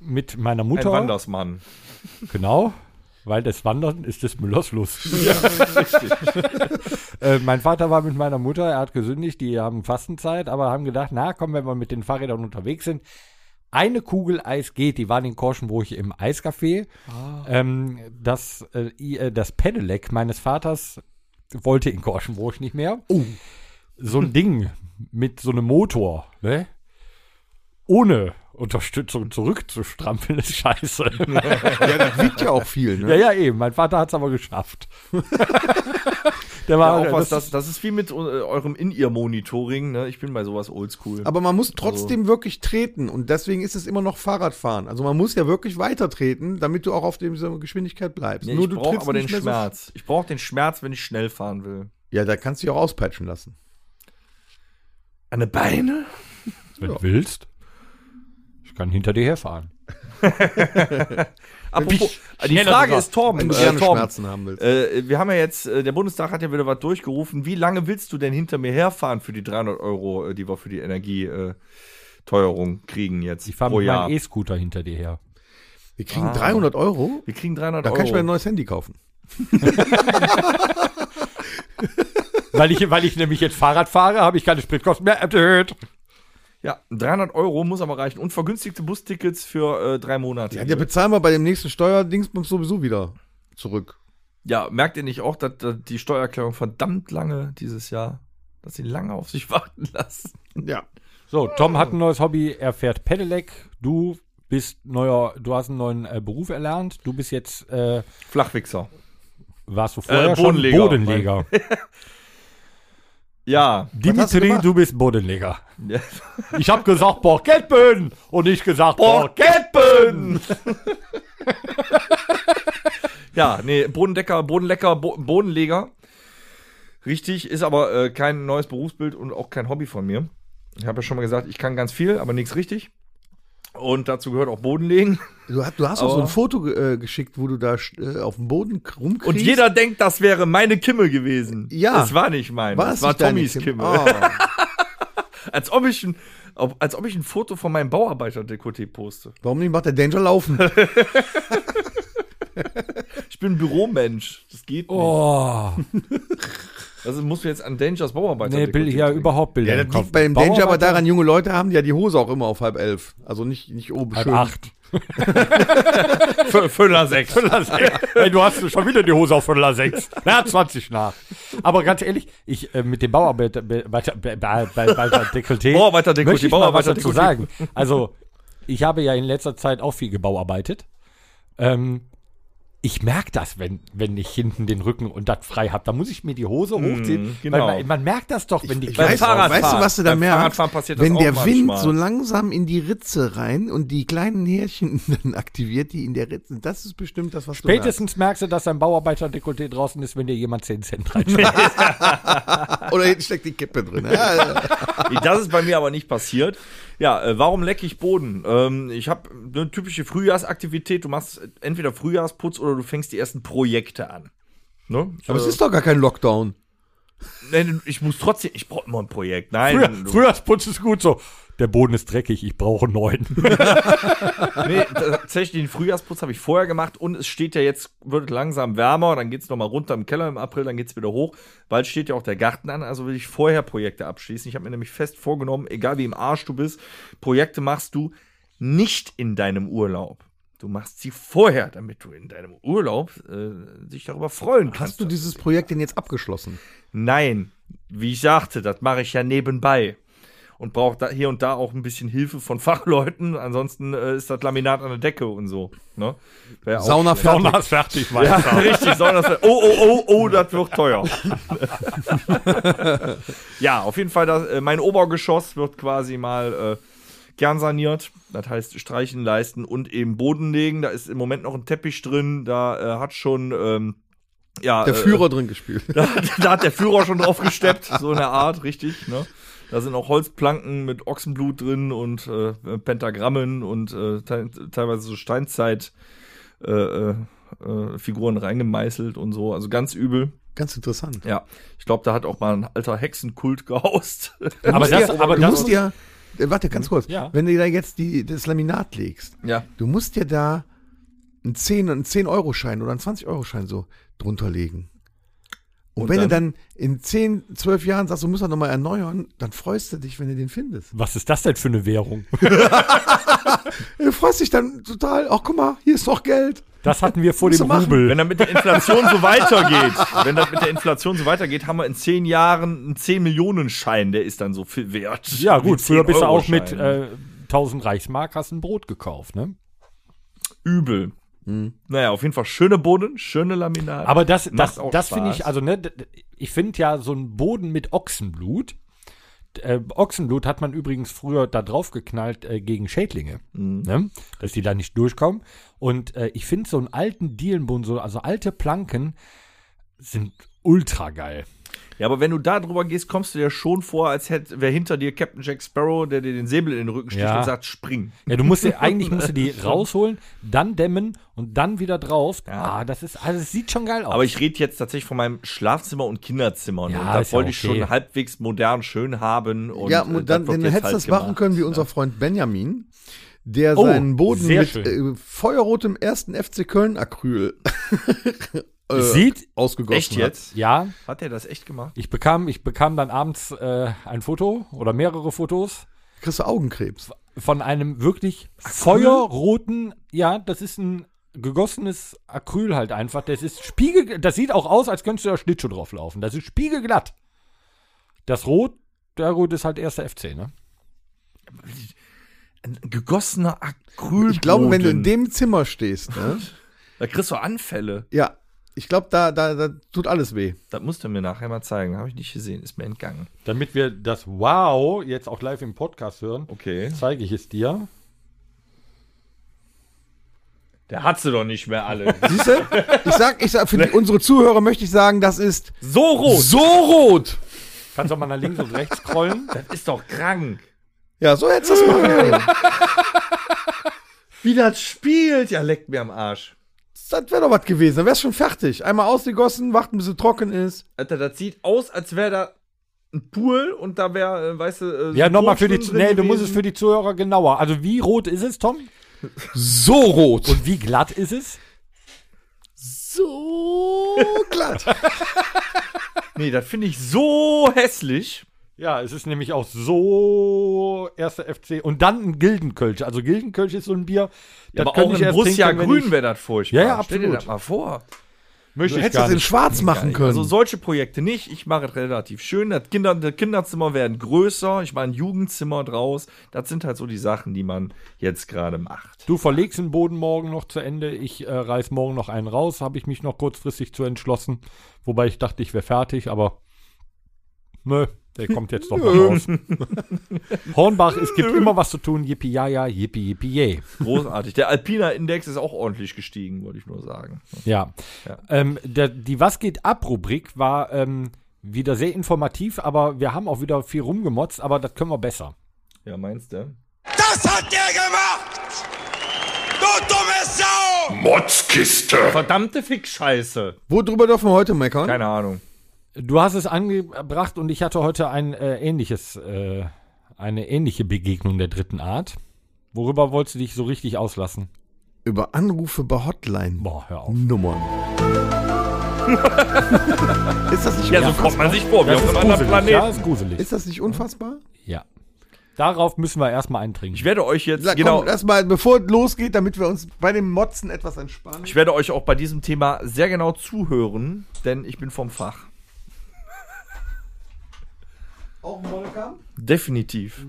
Speaker 4: mit meiner
Speaker 2: ein
Speaker 4: Mutter.
Speaker 2: Wandersmann.
Speaker 4: Genau, weil das Wandern ist des Müllers Lust. äh, mein Vater war mit meiner Mutter, er hat gesündigt, die haben Fastenzeit, aber haben gedacht, na komm, wenn wir mit den Fahrrädern unterwegs sind, eine Kugel Eis geht, die waren in Korschenbruch im Eiscafé. Ähm, das, äh, i- äh, das Pedelec meines Vaters wollte in Korschenbruch nicht mehr. So ein Ding mit so einem Motor, ne? ohne Unterstützung zurückzustrampeln, ist scheiße.
Speaker 3: Ja, das wiegt ja auch viel, ne?
Speaker 4: Ja, ja, eben. Mein Vater hat es aber geschafft.
Speaker 2: Ja,
Speaker 4: Der war
Speaker 2: auch was, das,
Speaker 4: das,
Speaker 2: das ist wie mit äh, eurem In-Ear-Monitoring. Ne? Ich bin bei sowas oldschool.
Speaker 3: Aber man muss trotzdem
Speaker 2: Also.
Speaker 3: wirklich treten und deswegen ist es immer noch Fahrradfahren. Also man muss ja wirklich weiter treten, damit du auch auf dieser Geschwindigkeit bleibst.
Speaker 2: Nee,
Speaker 3: Nur
Speaker 2: ich
Speaker 3: du
Speaker 2: brauche
Speaker 3: trittst
Speaker 2: aber den
Speaker 3: nicht mehr so-
Speaker 2: Schmerz. ich brauche den Schmerz, wenn ich schnell fahren will.
Speaker 3: Ja, da kannst du dich auch auspeitschen lassen.
Speaker 2: An den Beine?
Speaker 4: wenn du willst. Ich kann hinter dir herfahren.
Speaker 2: Apropos, die
Speaker 4: schneller
Speaker 2: Frage
Speaker 4: sogar.
Speaker 2: ist, Torben,
Speaker 3: Wenn du
Speaker 2: äh,
Speaker 3: gerne
Speaker 2: Torben
Speaker 3: Schmerzen haben willst.
Speaker 2: äh, wir haben ja jetzt, äh, der Bundestag hat ja wieder was durchgerufen. Wie lange willst du denn hinter mir herfahren für die 300 Euro, äh, die wir für die Energieteuerung äh, Teuerung kriegen jetzt
Speaker 4: Ich fahre
Speaker 2: pro
Speaker 4: mit
Speaker 2: Jahr?
Speaker 4: meinem E-Scooter hinter dir her.
Speaker 3: Wir kriegen
Speaker 2: Ah.
Speaker 3: 300 Euro.
Speaker 2: Wir kriegen 300
Speaker 3: Da
Speaker 2: Euro.
Speaker 3: kann ich mir ein neues Handy kaufen.
Speaker 4: Weil ich, weil ich nämlich jetzt Fahrrad fahre, habe ich keine Spritkosten mehr. Erhöht.
Speaker 2: ja, 300 Euro muss aber reichen. Und vergünstigte Bustickets für äh, drei Monate.
Speaker 3: Ja, der bezahlen wir bei dem nächsten Steuerdingsbums sowieso wieder zurück.
Speaker 2: Ja, merkt ihr nicht auch, dass, dass die Steuererklärung verdammt lange dieses Jahr, dass sie lange auf sich warten lassen?
Speaker 3: Ja.
Speaker 4: So, Tom hat ein neues Hobby, er fährt Pedelec. Du bist neuer, du hast einen neuen äh, Beruf erlernt. Du bist jetzt, äh,
Speaker 2: Flachwichser.
Speaker 4: warst du vorher
Speaker 2: Äh,
Speaker 4: schon
Speaker 2: Bodenleger.
Speaker 4: Bodenleger.
Speaker 2: Ja.
Speaker 3: hast du
Speaker 4: Dimitri, du,
Speaker 3: gemacht?
Speaker 4: bist Bodenleger. Ich habe gesagt Borkettböden und nicht gesagt
Speaker 2: Borkettböden! ja, nee, Bodendecker, Bodenlecker, Bo Bodenleger. Richtig, ist aber äh, kein neues Berufsbild und auch kein Hobby von mir. Ich habe ja schon mal gesagt, ich kann ganz viel, aber nichts richtig. Und dazu gehört auch Bodenlegen.
Speaker 3: Du, hast- du hast auch
Speaker 2: Aber-
Speaker 3: so ein Foto ge- äh, geschickt, wo du da äh, auf dem Boden k- rumkriegst.
Speaker 2: Und jeder denkt, das wäre meine Kimme gewesen.
Speaker 3: Ja.
Speaker 2: Es war nicht meine.
Speaker 3: war
Speaker 2: es
Speaker 3: es
Speaker 2: war
Speaker 3: nicht deine
Speaker 2: Tommys
Speaker 3: Kim-
Speaker 2: Kimme.
Speaker 3: Ah.
Speaker 2: Als, ob ich ein, ob, als ob ich ein Foto von meinem Bauarbeiter-Dekoté poste.
Speaker 3: Warum nicht macht der Danger laufen?
Speaker 2: Ich bin Büromensch. Das geht nicht.
Speaker 4: Oh,
Speaker 2: Also muss mir jetzt an Dangers Bauarbeiter.
Speaker 4: nee, Bill, ja, überhaupt Bilder.
Speaker 3: Ja,
Speaker 4: im
Speaker 3: das
Speaker 4: Kopf.
Speaker 3: liegt bei dem Danger aber
Speaker 4: Bauarbeiter-
Speaker 3: daran, junge Leute haben ja die Hose auch immer auf halb elf. Also nicht, nicht oben
Speaker 4: Halb
Speaker 3: schön.
Speaker 4: acht.
Speaker 2: Füller 6.
Speaker 4: Ey, du hast schon wieder die Hose auf Viertel 6. Na, 20 nach. Aber ganz ehrlich, ich äh, mit dem Bauarbeiter be- weiter- be- be- be- weiter Dekolleté
Speaker 2: Bauarbeiter-Dekolleté,
Speaker 4: möchte ich mal was
Speaker 2: Bauarbeiter-Dekolleté.
Speaker 4: dazu sagen. Also, ich habe ja in letzter Zeit auch viel gebauarbeitet. Ähm, ich merke das, wenn, wenn ich hinten den Rücken und das frei habe. Da muss ich mir die Hose hochziehen.
Speaker 2: genau.
Speaker 4: Weil man, man merkt das doch, wenn die
Speaker 3: Ich
Speaker 2: Beim
Speaker 3: weiß,
Speaker 2: Fahrradfahren.
Speaker 3: weißt du, was du da
Speaker 2: Beim
Speaker 3: merkst?
Speaker 2: Fahrradfahren passiert das
Speaker 3: Wenn
Speaker 2: auch
Speaker 3: der Wind
Speaker 2: manchmal.
Speaker 3: so langsam in die Ritze rein und die kleinen Härchen dann aktiviert, die in der Ritze, das ist bestimmt das, was
Speaker 4: Spätestens merkst du, dass dein Bauarbeiter-Dekolleté draußen ist, wenn dir jemand 10 Cent reinschlägt.
Speaker 3: du merkst. Oder hinten steckt die Kippe drin. Ja,
Speaker 2: Das ist bei mir aber nicht passiert. Ja, äh, warum lecke ich Boden? Ähm, ich habe eine typische Frühjahrsaktivität. Du machst entweder Frühjahrsputz oder du fängst die ersten Projekte an. Ne?
Speaker 3: aber es ist doch gar kein Lockdown.
Speaker 2: Nein, ich muss trotzdem, ich brauche immer ein Projekt. Nein,
Speaker 4: Früher,
Speaker 2: du-
Speaker 4: Frühjahrsputz ist gut so. Der Boden ist dreckig, ich brauche einen neuen.
Speaker 2: nee, tatsächlich den Frühjahrsputz habe ich vorher gemacht und es steht ja jetzt, wird langsam wärmer, dann geht es nochmal runter im Keller im April, dann geht es wieder hoch. Bald steht ja auch der Garten an, also will ich vorher Projekte abschließen. Ich habe mir nämlich fest vorgenommen, egal wie im Arsch du bist, Projekte machst du nicht in deinem Urlaub. Du machst sie vorher, damit du in deinem Urlaub äh, dich darüber freuen kannst.
Speaker 3: Hast du dieses Projekt denn jetzt abgeschlossen?
Speaker 2: Nein, wie ich sagte, das mache ich ja nebenbei. Und brauche da hier und da auch ein bisschen Hilfe von Fachleuten. Ansonsten äh, ist das Laminat an der Decke und so. Ne? Wär auch
Speaker 3: Sauna
Speaker 2: schlecht.
Speaker 3: fertig.
Speaker 4: ist fertig, weiter.
Speaker 2: Ja, richtig, Sauna fertig. Oh, oh, oh, oh, das wird teuer. ja, auf jeden Fall, das, äh, mein Obergeschoss wird quasi mal äh, kernsaniert. Das heißt, streichen, leisten und eben Boden legen. Da ist im Moment noch ein Teppich drin. Da äh, hat schon. Ähm, ja,
Speaker 3: Der
Speaker 2: äh,
Speaker 3: Führer drin gespielt.
Speaker 2: da, da hat der Führer schon drauf gesteppt, so in der Art, richtig. Ne? Da sind auch Holzplanken mit Ochsenblut drin und äh, Pentagrammen und äh, te teilweise so Steinzeit-Figuren äh, äh, Figuren reingemeißelt und so. Also ganz übel.
Speaker 3: Ganz interessant.
Speaker 2: Ja, ich glaube, da hat auch mal ein alter Hexenkult gehaust.
Speaker 4: Aber das,
Speaker 3: ja,
Speaker 4: aber
Speaker 3: du
Speaker 4: das,
Speaker 3: musst ja, äh, warte ganz kurz,
Speaker 4: Ja.
Speaker 3: wenn du da jetzt die, das Laminat legst,
Speaker 2: ja.
Speaker 3: du musst ja da einen 10 einen 10 Euro Schein oder einen 20 Euro Schein so drunter legen. Und,
Speaker 2: Und
Speaker 3: wenn du
Speaker 2: dann-
Speaker 3: dann in 10, 12 Jahren sagst, du musst das nochmal erneuern, dann freust du dich, wenn du den findest.
Speaker 4: was ist das denn für eine Währung?
Speaker 3: Du freust dich dann total, ach guck mal, hier ist noch Geld.
Speaker 4: Das hatten wir vor
Speaker 3: Musst
Speaker 4: dem
Speaker 3: du machen.
Speaker 4: Rubel.
Speaker 2: Wenn das mit der Inflation so weitergeht, wenn das mit der Inflation so weitergeht, haben wir in zehn Jahren einen 10-Millionen-Schein, der ist dann so viel wert.
Speaker 4: ja gut,
Speaker 2: Wie
Speaker 4: früher bist du auch mit
Speaker 2: 10-Euro-Schein.
Speaker 4: äh, 1000 Reichsmark hast ein Brot gekauft, ne?
Speaker 2: übel. Naja, auf jeden Fall schöne Boden, schöne Laminat.
Speaker 4: Aber das,
Speaker 2: Macht
Speaker 4: das,
Speaker 2: Also auch
Speaker 4: das finde
Speaker 2: Spaß.
Speaker 4: ich, also ne, d- d- ich finde ja so einen Boden mit Ochsenblut. Äh, Ochsenblut hat man übrigens früher da drauf geknallt äh, gegen Schädlinge,
Speaker 2: Mhm.
Speaker 4: ne? dass die da nicht durchkommen. Und äh, ich finde so einen alten Dielenboden, so, also alte Planken sind ultra geil.
Speaker 2: ja, aber wenn du da drüber gehst, kommst du dir schon vor, als hätte wer hinter dir Captain Jack Sparrow, der dir den Säbel in den Rücken sticht
Speaker 4: Ja.
Speaker 2: und sagt, spring.
Speaker 4: Ja, du musst die, eigentlich musst du die rausholen, dann dämmen und dann wieder drauf. Ah, das ist, also es sieht schon geil aus.
Speaker 2: Aber ich rede jetzt tatsächlich von meinem Schlafzimmer und Kinderzimmer. ne?
Speaker 4: Ja,
Speaker 2: und da
Speaker 4: ist ja
Speaker 2: wollte ich
Speaker 4: okay.
Speaker 2: schon halbwegs modern schön haben. Und,
Speaker 3: ja,
Speaker 2: äh,
Speaker 3: dann,
Speaker 2: wird
Speaker 3: dann
Speaker 2: jetzt
Speaker 3: hättest du
Speaker 2: halt
Speaker 3: das machen
Speaker 2: gemacht.
Speaker 3: können wie unser Freund Benjamin. der
Speaker 4: Oh,
Speaker 3: seinen Boden
Speaker 4: sehr
Speaker 3: mit
Speaker 4: schön.
Speaker 3: äh, feuerrotem ersten FC Köln Acryl äh,
Speaker 4: Sieht,
Speaker 3: ausgegossen
Speaker 2: Echt
Speaker 3: hat.
Speaker 2: jetzt?
Speaker 4: ja,
Speaker 2: Hat er das echt gemacht?
Speaker 4: ich bekam, ich bekam dann abends äh, ein Foto oder mehrere Fotos
Speaker 3: Kriegst du Augenkrebs.
Speaker 4: von einem wirklich feuerroten, ja, das ist ein gegossenes Acryl halt einfach. Das ist spiegel, das sieht auch aus, als könntest du da Schlittschuh drauf laufen. Das ist spiegelglatt. Das Rot, der Rot ist halt erster FC, ne?
Speaker 2: Ein gegossener Acryl.
Speaker 3: Ich glaube, wenn du in dem Zimmer stehst, ne?
Speaker 2: Da kriegst du Anfälle.
Speaker 3: ja, ich glaube, da, da, da tut alles weh.
Speaker 2: Das musst du mir nachher mal zeigen. Habe ich nicht gesehen. Ist mir entgangen.
Speaker 4: Damit wir das Wow jetzt auch live im Podcast hören,
Speaker 2: Okay.
Speaker 4: zeige ich es dir.
Speaker 2: Der hat sie doch nicht mehr alle.
Speaker 3: Siehst du? Ich sag, ich sag, für die, unsere Zuhörer möchte ich sagen, das ist
Speaker 2: so rot.
Speaker 3: so rot.
Speaker 4: Kannst du auch mal nach links und rechts scrollen.
Speaker 2: Das ist doch krank.
Speaker 3: Ja, so hättest du es machen können.
Speaker 2: Wie das spielt. Ja, leckt mir am Arsch.
Speaker 3: Das wäre doch was gewesen. Dann wär's schon fertig. Einmal ausgegossen, warten, bis es trocken ist.
Speaker 2: Alter, das sieht aus, als wäre da ein Pool und da wäre, äh, weißt du, äh, so
Speaker 4: Ja, nochmal für die.
Speaker 2: Tonschuhen drin
Speaker 4: Nee, du musst es
Speaker 2: gewesen.
Speaker 4: für die Zuhörer genauer. Also, wie rot ist es, Tom?
Speaker 3: So rot.
Speaker 4: Und wie glatt ist es?
Speaker 3: So Oh, glatt.
Speaker 2: Nee, das finde ich so hässlich.
Speaker 4: Ja, es ist nämlich auch so erster FC und dann ein Gildenkölsch. Also Gildenkölsch ist so ein Bier, das
Speaker 2: aber
Speaker 4: könnte
Speaker 2: auch
Speaker 4: ich
Speaker 2: in
Speaker 4: erst
Speaker 2: Borussia
Speaker 4: trinken, wenn ich-
Speaker 2: Grün wäre das furchtbar.
Speaker 4: Ja, ja,
Speaker 2: Stell dir
Speaker 4: absolut.
Speaker 2: das mal vor.
Speaker 4: möchte
Speaker 3: Du
Speaker 4: ich
Speaker 3: hättest
Speaker 4: gar
Speaker 3: das in
Speaker 4: nicht.
Speaker 3: schwarz machen können.
Speaker 2: Also solche Projekte nicht. Ich mache es relativ schön. Das, Kinder, das Kinderzimmer werden größer. Ich mache ein Jugendzimmer draus. Das sind halt so die Sachen, die man jetzt gerade macht.
Speaker 4: Du verlegst den Boden morgen noch zu Ende. Ich äh, reiß morgen noch einen raus. Habe ich mich noch kurzfristig zu entschlossen, wobei ich dachte, ich wäre fertig, aber nö, der kommt jetzt doch mal raus. Hornbach, es gibt immer was zu tun. Yippie ja ja, yippie yippie yay.
Speaker 2: Großartig. Der Alpina Index ist auch ordentlich gestiegen, wollte ich nur sagen.
Speaker 4: Ja.
Speaker 2: Ja.
Speaker 4: Ähm, der, die Was geht ab Rubrik war ähm, wieder sehr informativ, aber wir haben auch wieder viel rumgemotzt, aber das können wir besser.
Speaker 2: Ja, meinst du?
Speaker 5: Das hat der gemacht! Du dumme Sau!
Speaker 1: Motzkiste.
Speaker 2: Verdammte Fick-Scheiße.
Speaker 3: Worüber dürfen wir heute meckern?
Speaker 2: Keine Ahnung.
Speaker 4: Du hast es angebracht und ich hatte heute ein äh, ähnliches, äh, eine ähnliche Begegnung der dritten Art. Worüber wolltest du dich so richtig auslassen?
Speaker 3: Über Anrufe bei Hotline.
Speaker 4: Boah, hör auf.
Speaker 3: Nummern. ist, das nicht
Speaker 2: Ja, so
Speaker 3: unfassbar?
Speaker 2: kommt man sich vor, wie auf einem anderen Planeten.
Speaker 4: ja, ist gruselig.
Speaker 3: ist das nicht unfassbar?
Speaker 4: Ja. Darauf müssen wir erstmal eintrinken.
Speaker 2: Ich werde euch jetzt,
Speaker 3: Sag,
Speaker 2: genau,
Speaker 3: komm, erst mal, bevor es losgeht, damit wir uns bei dem Motzen etwas entspannen.
Speaker 2: ich werde euch auch bei diesem Thema sehr genau zuhören, denn ich bin vom Fach.
Speaker 3: Auch ein Mhm. Wollkamm?
Speaker 2: Definitiv.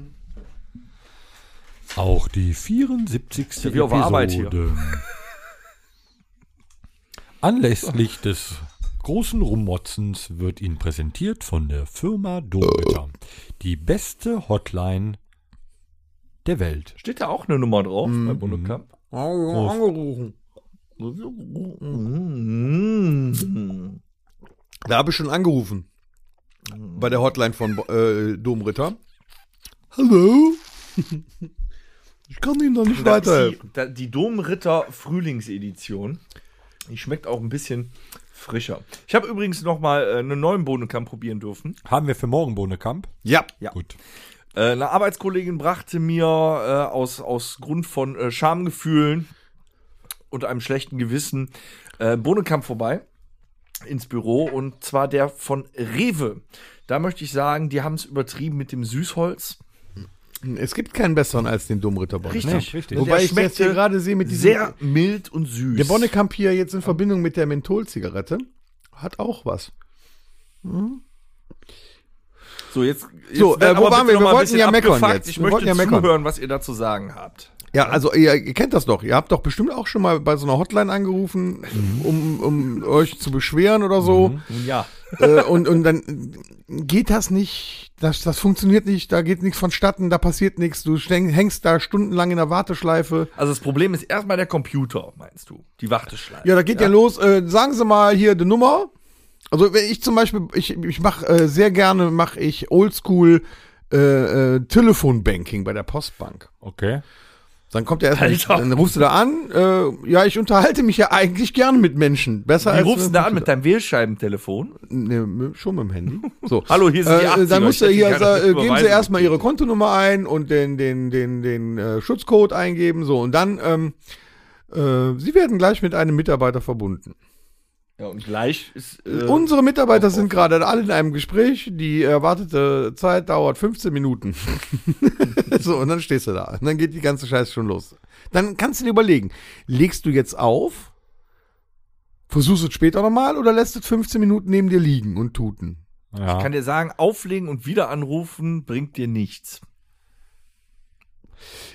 Speaker 4: Auch die 74.
Speaker 2: Ja, wie auf der Arbeit hier.
Speaker 4: Anlässlich des großen Rummotzens wird Ihnen präsentiert von der Firma Dometer. Die beste Hotline der Welt.
Speaker 2: Steht da auch eine Nummer drauf bei Bundekamp?
Speaker 3: angerufen. Da habe ich schon angerufen. Bei der Hotline von Bo- äh, Domritter. Hallo? Ich kann Ihnen da nicht
Speaker 2: Da ist
Speaker 3: weiterhelfen.
Speaker 2: Die, da, die Domritter Frühlingsedition. Die schmeckt auch ein bisschen frischer. Ich habe übrigens noch mal äh, einen neuen Bohnenkamm probieren dürfen.
Speaker 4: Haben wir für morgen Bohnekamp?
Speaker 3: Ja.
Speaker 2: Ja.
Speaker 4: Gut.
Speaker 2: Äh, eine Arbeitskollegin brachte mir äh, aus, aus Grund von äh, Schamgefühlen und einem schlechten Gewissen äh, Bohnenkamp vorbei ins Büro und zwar der von Rewe. Da möchte ich sagen, die haben es übertrieben mit dem Süßholz.
Speaker 3: Es gibt keinen besseren als den Domritter Bonne.
Speaker 4: Richtig, richtig.
Speaker 3: Wobei
Speaker 2: Der
Speaker 3: ich jetzt hier
Speaker 2: schmeckte
Speaker 3: gerade sehe, mit diesem,
Speaker 2: sehr mild und süß.
Speaker 3: der Bonnekamp hier jetzt in Verbindung mit der Mentholzigarette hat auch was.
Speaker 2: So, jetzt, jetzt
Speaker 3: So, äh,
Speaker 2: werden
Speaker 3: wo
Speaker 2: aber
Speaker 3: waren
Speaker 2: bitte
Speaker 3: wir?
Speaker 2: noch
Speaker 3: Wir
Speaker 2: mal ein
Speaker 3: wollten
Speaker 2: bisschen
Speaker 3: ja meckern
Speaker 2: abgefuckt.
Speaker 3: jetzt.
Speaker 2: Ich
Speaker 3: Wir
Speaker 2: möchte
Speaker 3: wollten ja meckern.
Speaker 2: zuhören, was ihr da zu sagen habt.
Speaker 3: Ja, also ihr, ihr kennt das doch. Ihr habt doch bestimmt auch schon mal bei so einer Hotline angerufen, um, um euch zu beschweren oder so.
Speaker 2: Ja.
Speaker 3: äh, und, und dann geht das nicht, das, das funktioniert nicht, da geht nichts vonstatten, da passiert nichts, du stäng- hängst da stundenlang in der Warteschleife.
Speaker 2: Also das Problem ist erstmal der Computer, meinst du? Die Warteschleife.
Speaker 3: Ja, da geht ja, los, äh, sagen Sie mal hier die Nummer. Also wenn ich zum Beispiel, ich, ich mache äh, sehr gerne, mache ich Oldschool äh, äh, Telefonbanking bei der Postbank.
Speaker 4: Okay.
Speaker 3: Dann kommt er erstmal,
Speaker 2: Alter.
Speaker 3: dann rufst du da an, äh, ja, ich unterhalte mich ja eigentlich gern mit Menschen. Besser
Speaker 2: Wie
Speaker 3: als
Speaker 2: rufst du da an mit
Speaker 3: deinem
Speaker 2: deinem Wählscheibentelefon?
Speaker 3: nee, mit- schon mit dem Handy. So.
Speaker 2: Hallo, hier sind die 80er,
Speaker 3: äh, Dann
Speaker 2: ich
Speaker 3: musst du
Speaker 2: hätte
Speaker 3: hier,
Speaker 2: gerne
Speaker 3: also, äh, geben Sie
Speaker 2: überweisen.
Speaker 3: erstmal Ihre Kontonummer ein und den, den, den, den äh, Schutzcode eingeben, so. Und dann, ähm, äh, Sie werden gleich mit einem Mitarbeiter verbunden.
Speaker 2: Ja, und gleich ist. Äh,
Speaker 3: Unsere Mitarbeiter
Speaker 2: auf-
Speaker 3: sind gerade alle in einem Gespräch. Die erwartete Zeit dauert 15 Minuten. so, und dann stehst du da. Und dann geht die ganze Scheiße schon los. Dann kannst du dir überlegen, legst du jetzt auf, versuchst es später nochmal oder lässt es 15 Minuten neben dir liegen und tuten?
Speaker 4: Ja.
Speaker 2: kann dir sagen, auflegen und wieder anrufen bringt dir nichts.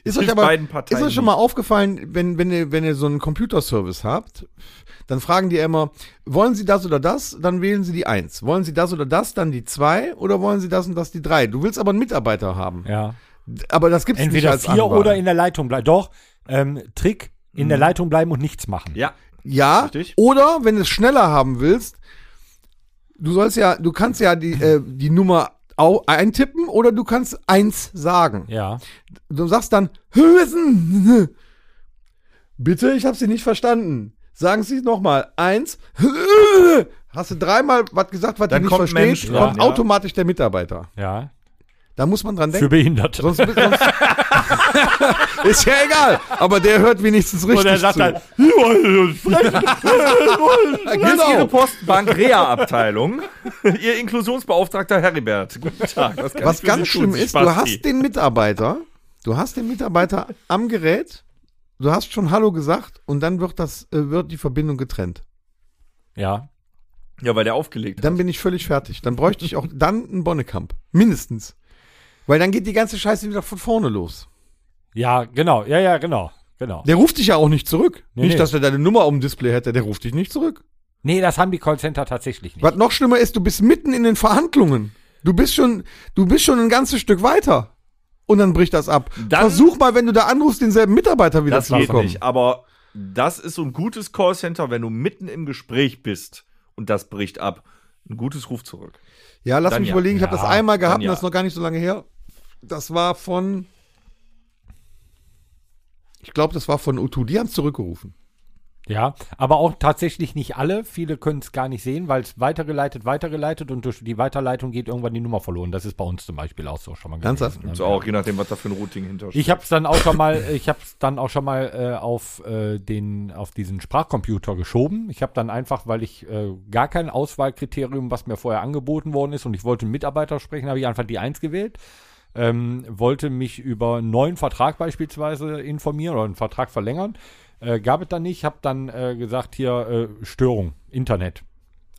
Speaker 3: Ist
Speaker 2: Hilft
Speaker 3: euch aber
Speaker 2: beiden
Speaker 3: ist
Speaker 2: Parteien
Speaker 3: euch schon mal aufgefallen, wenn, wenn, ihr, wenn ihr so einen Computerservice habt, dann fragen die immer, wollen Sie das oder das, dann wählen Sie die 1. Wollen Sie das oder das, dann die 2 oder wollen Sie das und das die 3. Du willst aber einen Mitarbeiter haben.
Speaker 4: ja.
Speaker 3: Aber das gibt's nicht
Speaker 4: Entweder
Speaker 3: als
Speaker 4: vier
Speaker 3: Anwahl.
Speaker 4: oder in der Leitung bleiben. Doch, ähm, Trick, in der Leitung bleiben und nichts machen.
Speaker 2: Mhm. Ja.
Speaker 3: ja
Speaker 2: Richtig.
Speaker 3: oder wenn du es schneller haben willst, du sollst ja, du kannst ja die äh, die Nummer au- eintippen oder du kannst eins sagen.
Speaker 4: Ja.
Speaker 3: Du sagst dann Hösen. Bitte, ich habe Sie nicht verstanden. Sagen Sie noch mal eins. Hast du dreimal was gesagt, was
Speaker 2: Dann
Speaker 3: du nicht
Speaker 2: kommt ein
Speaker 3: verstehst,
Speaker 2: Mensch dran,
Speaker 3: kommt
Speaker 2: ja.
Speaker 3: automatisch der Mitarbeiter.
Speaker 4: Ja.
Speaker 3: Da muss man dran denken.
Speaker 4: Für Behinderte.
Speaker 3: Sonst, sonst ist ja egal, aber der hört wenigstens richtig
Speaker 4: und er sagt
Speaker 3: zu.
Speaker 4: dann, "Hm."
Speaker 2: Genau. Ihre
Speaker 3: genau.
Speaker 2: Postbank Rea-Abteilung. Ihr Inklusionsbeauftragter Heribert. Guten Tag. Was, kann ich
Speaker 3: Was
Speaker 2: für
Speaker 3: ganz
Speaker 2: Sie tun,
Speaker 3: schlimm
Speaker 2: Sie
Speaker 3: ist, du
Speaker 2: Spasti?
Speaker 3: hast den Mitarbeiter, du hast den Mitarbeiter am Gerät, du hast schon Hallo gesagt und dann wird das äh, wird die Verbindung getrennt.
Speaker 4: ja.
Speaker 2: Ja, weil der aufgelegt hat.
Speaker 3: Dann bin ich völlig fertig. Dann bräuchte ich auch dann einen Bonnekamp, mindestens, weil dann geht die ganze Scheiße wieder von vorne los.
Speaker 4: Ja, genau. Ja, ja, genau. Genau.
Speaker 3: Der ruft dich ja auch nicht zurück.
Speaker 4: Nee,
Speaker 3: nicht,
Speaker 4: nee.
Speaker 3: dass er deine Nummer auf dem Display hätte, der ruft dich nicht zurück.
Speaker 4: Nee, das haben die Callcenter tatsächlich nicht.
Speaker 3: Was noch schlimmer ist, du bist mitten in den Verhandlungen. Du bist schon, du bist schon ein ganzes Stück weiter. Und dann bricht das ab.
Speaker 2: Dann-
Speaker 3: Versuch mal, wenn du da anrufst, denselben Mitarbeiter wieder
Speaker 2: Das
Speaker 3: zu
Speaker 2: geht
Speaker 3: bekommen.
Speaker 2: nicht. Aber das ist so ein gutes Callcenter, wenn du mitten im Gespräch bist und das bricht ab. Ein gutes Ruf zurück.
Speaker 3: Ja, lass
Speaker 2: Dann
Speaker 3: mich
Speaker 2: ja.
Speaker 3: überlegen, ich habe das einmal gehabt
Speaker 2: dann ja.
Speaker 3: und das ist noch gar nicht so lange her. Das war von. Ich glaube, das war von U2. Die haben es zurückgerufen.
Speaker 4: Ja, aber auch tatsächlich nicht alle. Viele können es gar nicht sehen, weil es weitergeleitet, weitergeleitet und durch die Weiterleitung geht irgendwann die Nummer verloren. Das ist bei uns zum Beispiel auch so schon mal
Speaker 3: Ernsthaft?
Speaker 4: ne?
Speaker 2: So auch, je nachdem, was da für ein Routing hintersteht.
Speaker 4: Ich habe es dann auch schon mal, ich habe es dann auch schon mal äh, auf äh, den, auf diesen Sprachcomputer geschoben. Ich habe dann einfach, weil ich äh, gar kein Auswahlkriterium, was mir vorher angeboten worden ist, und ich wollte einen Mitarbeiter sprechen, habe ich einfach die 1 gewählt. Ähm, wollte mich über einen neuen Vertrag beispielsweise informieren oder einen Vertrag verlängern. Äh, gab es dann nicht, habe dann äh, gesagt, hier äh, Störung, Internet.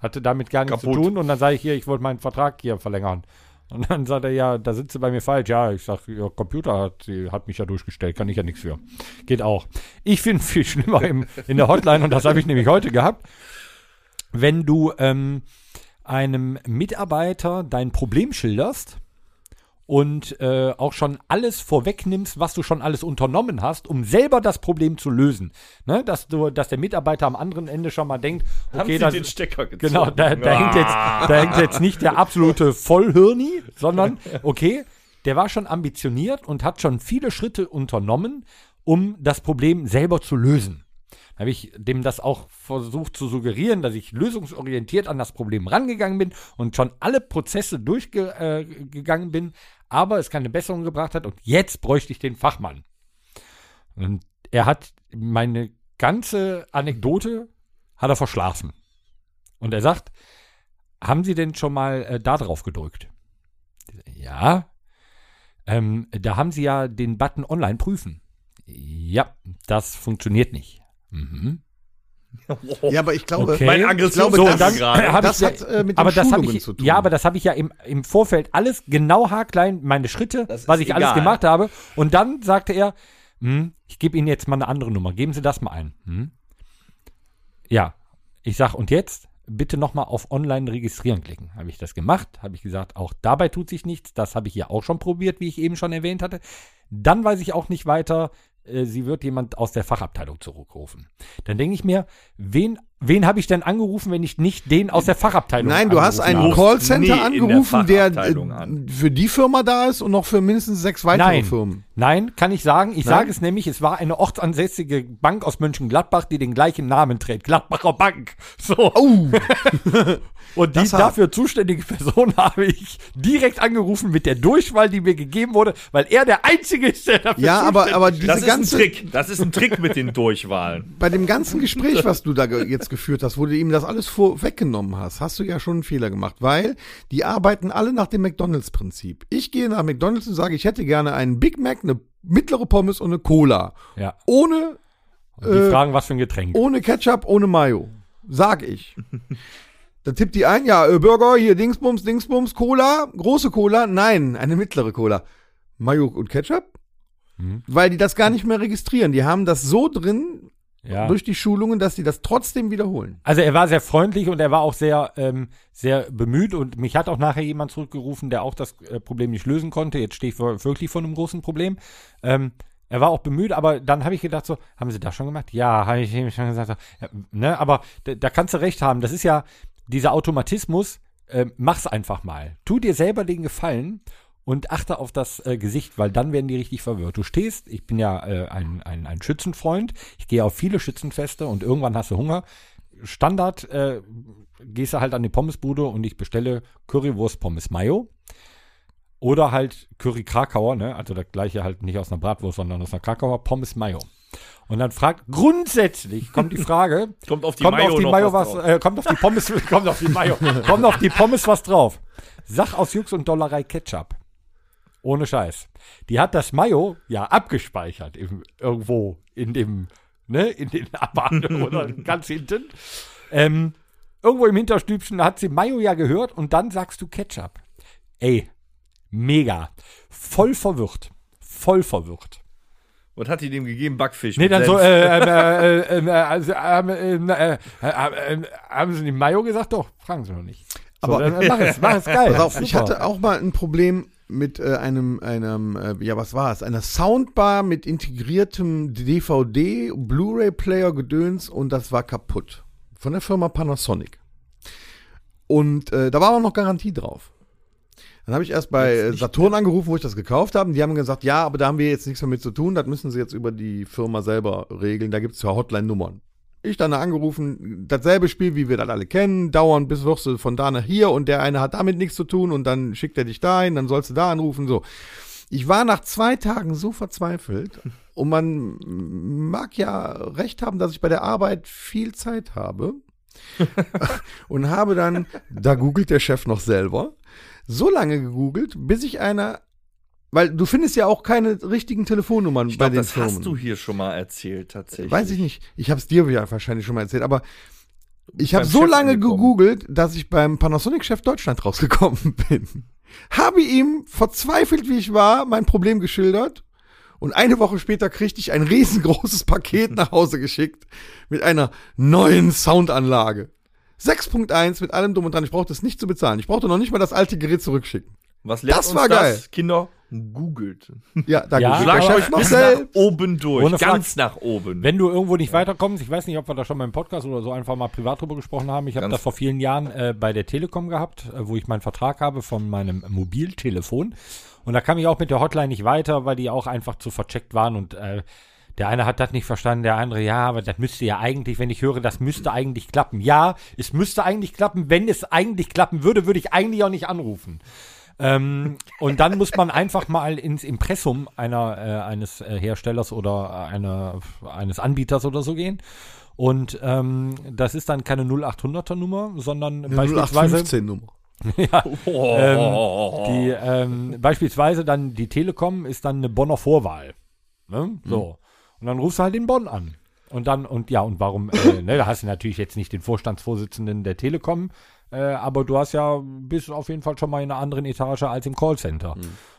Speaker 4: Hatte damit gar nichts zu
Speaker 2: Kaputt.
Speaker 4: tun und dann sage ich hier, ich wollte meinen Vertrag hier verlängern. Und dann sagt er, ja, da sind sie bei mir falsch. Ja, ich sage, ihr Computer hat, hat mich ja durchgestellt, kann ich ja nichts für. Geht auch. Ich finde viel schlimmer im, in der Hotline, und das habe ich nämlich heute gehabt, wenn du ähm, einem Mitarbeiter dein Problem schilderst und äh, auch schon alles vorwegnimmst, was du schon alles unternommen hast, um selber das Problem zu lösen. Ne? Dass, du, dass der Mitarbeiter am anderen Ende schon mal denkt, okay, das,
Speaker 2: Stecker gezogen?
Speaker 4: Genau, da, da, hängt jetzt, da hängt jetzt nicht der absolute Vollhirni, sondern, okay, der war schon ambitioniert und hat schon viele Schritte unternommen, um das Problem selber zu lösen. Da habe ich dem das auch versucht zu suggerieren, dass ich lösungsorientiert an das Problem rangegangen bin und schon alle Prozesse durchgegangen äh, gegangen bin, aber es keine Besserung gebracht hat und jetzt bräuchte ich den Fachmann. Und er hat meine ganze Anekdote hat er verschlafen. Und er sagt, haben Sie denn schon mal äh, da drauf gedrückt? Ja. Ähm, da haben Sie ja den Button online prüfen. Ja, das funktioniert nicht. Mhm.
Speaker 2: Oh.
Speaker 3: Ja, aber ich glaube,
Speaker 4: Okay.
Speaker 2: Mein
Speaker 3: glaube,
Speaker 2: Aggressionspunkt
Speaker 3: das-
Speaker 2: ist gerade.
Speaker 4: hab
Speaker 3: das
Speaker 4: ja-
Speaker 3: hat, äh, mit den
Speaker 4: aber das hab
Speaker 3: Schulungen
Speaker 4: ich,
Speaker 3: zu tun.
Speaker 4: Ja, aber das habe ich ja im, im Vorfeld alles genau haarklein, meine Schritte,
Speaker 2: Das
Speaker 4: was
Speaker 2: ist
Speaker 4: ich alles
Speaker 2: egal.
Speaker 4: gemacht habe. Und dann sagte er, hm, ich gebe Ihnen jetzt mal eine andere Nummer. Geben Sie das mal ein. Hm? Ja, ich sag und jetzt bitte nochmal auf Online registrieren klicken. Habe ich das gemacht? Habe ich gesagt, auch dabei tut sich nichts. Das habe ich ja auch schon probiert, wie ich eben schon erwähnt hatte. Dann weiß ich auch nicht weiter. äh, Sie wird jemand aus der Fachabteilung zurückrufen. Dann denke ich mir, wen Wen habe ich denn angerufen, wenn ich nicht den aus der Fachabteilung
Speaker 3: Nein, du hast
Speaker 4: angerufen
Speaker 3: einen
Speaker 2: Rufst
Speaker 4: habe?
Speaker 2: nie in
Speaker 3: Callcenter
Speaker 2: der
Speaker 3: angerufen, der äh,
Speaker 2: Fachabteilung an.
Speaker 3: für die Firma da ist und noch für mindestens sechs weitere
Speaker 4: Nein,
Speaker 3: Firmen.
Speaker 4: nein, kann ich sagen. Ich
Speaker 3: Nein?
Speaker 4: sage es nämlich, es war eine ortsansässige Bank aus Mönchengladbach, die den gleichen Namen trägt. Gladbacher Bank. So.
Speaker 3: Oh,
Speaker 4: Und die
Speaker 3: Das hart.
Speaker 4: dafür zuständige Person habe ich direkt angerufen mit der Durchwahl, die mir gegeben wurde, weil er der Einzige ist, der dafür
Speaker 3: Ja, aber,
Speaker 4: zuständig
Speaker 3: aber
Speaker 4: ist.
Speaker 3: diese
Speaker 2: Das ist ein
Speaker 3: ganze,
Speaker 2: Trick. Das ist ein Trick mit den Durchwahlen.
Speaker 3: bei dem ganzen Gespräch, was du da ge jetzt geführt hast, wo du ihm das alles vor weggenommen hast, hast du ja schon einen Fehler gemacht, weil die arbeiten alle nach dem McDonalds-Prinzip. Ich gehe nach McDonalds und sage, ich hätte gerne einen Big Mac, eine mittlere Pommes und eine Cola.
Speaker 4: Ja.
Speaker 3: Ohne,
Speaker 4: Und die
Speaker 3: Äh,
Speaker 4: fragen, was für ein Getränk.
Speaker 3: ohne Ketchup, ohne Mayo. Sag ich. Dann tippt die ein, ja, äh, Burger, hier Dingsbums, Dingsbums, Cola, große Cola, nein, eine mittlere Cola. Mayo und Ketchup? Weil die das gar nicht mehr registrieren. Die haben das so drin,
Speaker 4: Ja.
Speaker 3: durch die Schulungen, dass die das trotzdem wiederholen.
Speaker 4: Also er war sehr freundlich und er war auch sehr, ähm, sehr bemüht und mich hat auch nachher jemand zurückgerufen, der auch das äh, Problem nicht lösen konnte. Jetzt stehe ich vor- wirklich vor einem großen Problem. Ähm, er war auch bemüht, aber dann habe ich gedacht so, haben sie das schon gemacht? Ja, habe ich eben schon gesagt. So, ja, ne, aber da, da kannst du recht haben. Das ist ja dieser Automatismus. Ähm, mach's einfach mal. Tu dir selber den Gefallen und achte auf das äh, Gesicht, weil dann werden die richtig verwirrt. Du stehst, ich bin ja äh, ein, ein, ein Schützenfreund, ich gehe auf viele Schützenfeste und irgendwann hast du Hunger. Standard äh, gehst du halt an die Pommesbude und ich bestelle Currywurst Pommes Mayo. Oder halt Curry Krakauer, ne? Also das gleiche halt nicht aus einer Bratwurst, sondern aus einer Krakauer Pommes Mayo. Und dann fragt grundsätzlich kommt die Frage,
Speaker 2: Kommt auf die
Speaker 4: kommt
Speaker 2: Mayo
Speaker 4: auf die
Speaker 2: noch
Speaker 4: Mayo
Speaker 2: was
Speaker 4: was,
Speaker 2: drauf?
Speaker 4: äh, kommt auf die Pommes, kommt auf die Mayo, kommt auf die Pommes was drauf. Sach aus Jux und Dollerei Ketchup. Ohne Scheiß. Die hat das Mayo ja abgespeichert im, irgendwo in dem, ne, in den Abahnen oder ganz hinten. Ähm, irgendwo im Hinterstübchen hat sie Mayo ja gehört und dann sagst du Ketchup. Ey, mega. Voll verwirrt. Voll verwirrt.
Speaker 2: Was hat die dem gegeben? Backfisch.
Speaker 4: Nee,
Speaker 2: mit
Speaker 4: dann so,
Speaker 2: Senf.
Speaker 4: äh, äh, äh, äh, äh, also, ähm, äh, äh, äh, äh, haben sie die Mayo gesagt? Doch, fragen sie noch nicht. So,
Speaker 3: Aber-
Speaker 4: dann mach es, mach es geil.
Speaker 3: Pass auf, ich
Speaker 4: Super.
Speaker 3: hatte auch mal ein Problem mit äh, einem, einem, äh, ja, was war es? Einer Soundbar mit integriertem DVD, Blu-ray-Player, Gedöns und das war kaputt. Von der Firma Panasonic. Und äh, da war auch noch Garantie drauf. Dann habe ich erst bei äh, Saturn angerufen, wo ich das gekauft habe. Und die haben gesagt, ja, aber da haben wir jetzt nichts mehr mit zu tun. Das müssen sie jetzt über die Firma selber regeln. Da gibt es ja Hotline-Nummern. Ich dann angerufen, dasselbe Spiel, wie wir das alle kennen, dauern bis wirst du von da nach hier und der eine hat damit nichts zu tun und dann schickt er dich dahin, dann sollst du da anrufen, so. Ich war nach zwei Tagen so verzweifelt und man mag ja recht haben, dass ich bei der Arbeit viel Zeit habe und habe dann, da googelt der Chef noch selber, so lange gegoogelt, bis ich einer, weil du findest ja auch keine richtigen Telefonnummern
Speaker 2: ich
Speaker 3: bei
Speaker 2: glaub,
Speaker 3: den
Speaker 2: das
Speaker 3: Firmen.
Speaker 2: hast du hier schon mal erzählt, tatsächlich.
Speaker 3: Weiß ich nicht. Ich habe es dir ja wahrscheinlich schon mal erzählt, aber ich habe
Speaker 2: beim
Speaker 3: so
Speaker 2: Chef
Speaker 3: lange
Speaker 2: angekommen.
Speaker 3: gegoogelt, dass ich beim Panasonic-Chef Deutschland rausgekommen bin. Habe ihm verzweifelt, wie ich war, mein Problem geschildert. Und eine Woche später kriegte ich ein riesengroßes Paket nach Hause geschickt mit einer neuen Soundanlage. 6.1 mit allem drum und dran. Ich brauchte es nicht zu bezahlen. Ich brauchte noch nicht mal das alte Gerät zurückschicken.
Speaker 2: Was lernt
Speaker 3: Das
Speaker 2: uns
Speaker 3: war
Speaker 2: das? Kinder, googelt.
Speaker 3: Ja, da googelt der
Speaker 4: Ja, aber-
Speaker 2: Schlagt
Speaker 3: Chef
Speaker 2: euch
Speaker 3: noch
Speaker 2: bis
Speaker 3: selbst.
Speaker 2: nach oben durch.
Speaker 4: Ohne Frage.
Speaker 2: ganz nach oben.
Speaker 4: Wenn du irgendwo nicht weiterkommst, ich weiß nicht, ob wir da schon mal im Podcast oder so einfach mal privat drüber gesprochen haben. Ich habe
Speaker 2: Ganz-
Speaker 4: das vor vielen Jahren äh, bei der Telekom gehabt, äh, wo ich meinen Vertrag habe von meinem Mobiltelefon. Und da kam ich auch mit der Hotline nicht weiter, weil die auch einfach zu vercheckt waren und äh, der eine hat das nicht verstanden, der andere, ja, aber das müsste ja eigentlich, wenn ich höre, das müsste eigentlich klappen. Ja, es müsste eigentlich klappen. Wenn es eigentlich klappen würde, würde ich eigentlich auch nicht anrufen. Ähm, und dann muss man einfach mal ins Impressum einer, äh, eines äh, Herstellers oder einer, eines Anbieters oder so gehen. Und ähm, das ist dann keine 0800er Nummer, sondern beispielsweise
Speaker 3: 0815 Nummer.
Speaker 2: oh,
Speaker 4: die ähm, beispielsweise dann die Telekom ist dann eine Bonner Vorwahl. Ne? So. Und dann rufst du halt in Bonn an. Und dann, und ja, und warum, äh, ne, da hast du natürlich jetzt nicht den Vorstandsvorsitzenden der Telekom, äh, aber du hast ja, bist auf jeden Fall schon mal in einer anderen Etage als im Callcenter.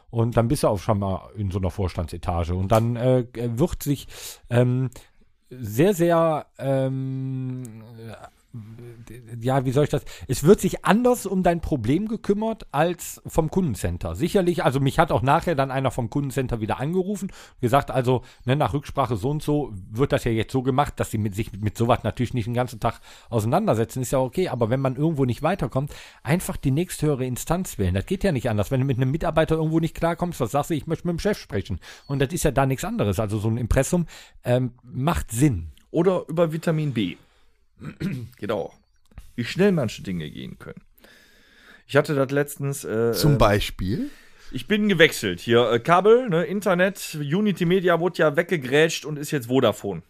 Speaker 4: Und dann bist du auch schon mal in so einer Vorstandsetage. Und dann äh, wird sich ähm, sehr, sehr ähm, ja, wie soll ich das? Es wird sich anders um dein Problem gekümmert als vom Kundencenter. Sicherlich, also mich hat auch nachher dann einer vom Kundencenter wieder angerufen, gesagt, also ne, nach Rücksprache so und so wird das ja jetzt so gemacht, dass sie mit sich mit sowas natürlich nicht den ganzen Tag auseinandersetzen, ist ja okay, aber wenn man irgendwo nicht weiterkommt, einfach die nächsthöhere Instanz wählen. Das geht ja nicht anders. Wenn du mit einem Mitarbeiter irgendwo nicht klarkommst, was sagst du, ich möchte mit dem Chef sprechen. Und das ist ja da nichts anderes. Also so ein Impressum ähm, macht Sinn.
Speaker 2: Oder über Vitamin B. Geht auch. Wie schnell manche Dinge gehen können. Ich hatte das letztens. Äh,
Speaker 3: Zum
Speaker 2: äh,
Speaker 3: Beispiel.
Speaker 2: ich bin gewechselt hier. Äh, Kabel, ne, Internet, Unity Media wurde ja weggegrätscht und ist jetzt Vodafone.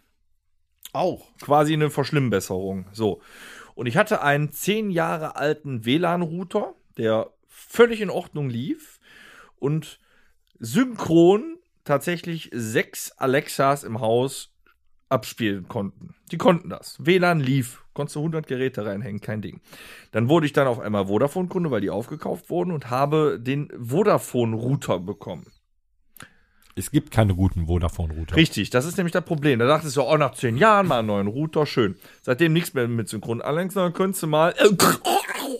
Speaker 3: Auch.
Speaker 2: Quasi eine Verschlimmbesserung. So. Und ich hatte einen zehn Jahre alten WLAN-Router, der völlig in Ordnung lief und synchron tatsächlich sechs Alexas im Haus abspielen konnten. Die konnten das. WLAN lief. Konntest du 100 Geräte reinhängen, kein Ding. Dann wurde ich dann auf einmal Vodafone-Kunde, weil die aufgekauft wurden und habe den Vodafone-Router bekommen.
Speaker 4: Es gibt keine guten Vodafone-Router.
Speaker 2: Richtig, das ist nämlich das Problem. Da dachtest du, oh, nach zehn Jahren mal einen neuen Router, schön. Seitdem nichts mehr mit Synchron. Allerdings, dann könntest du mal. äh,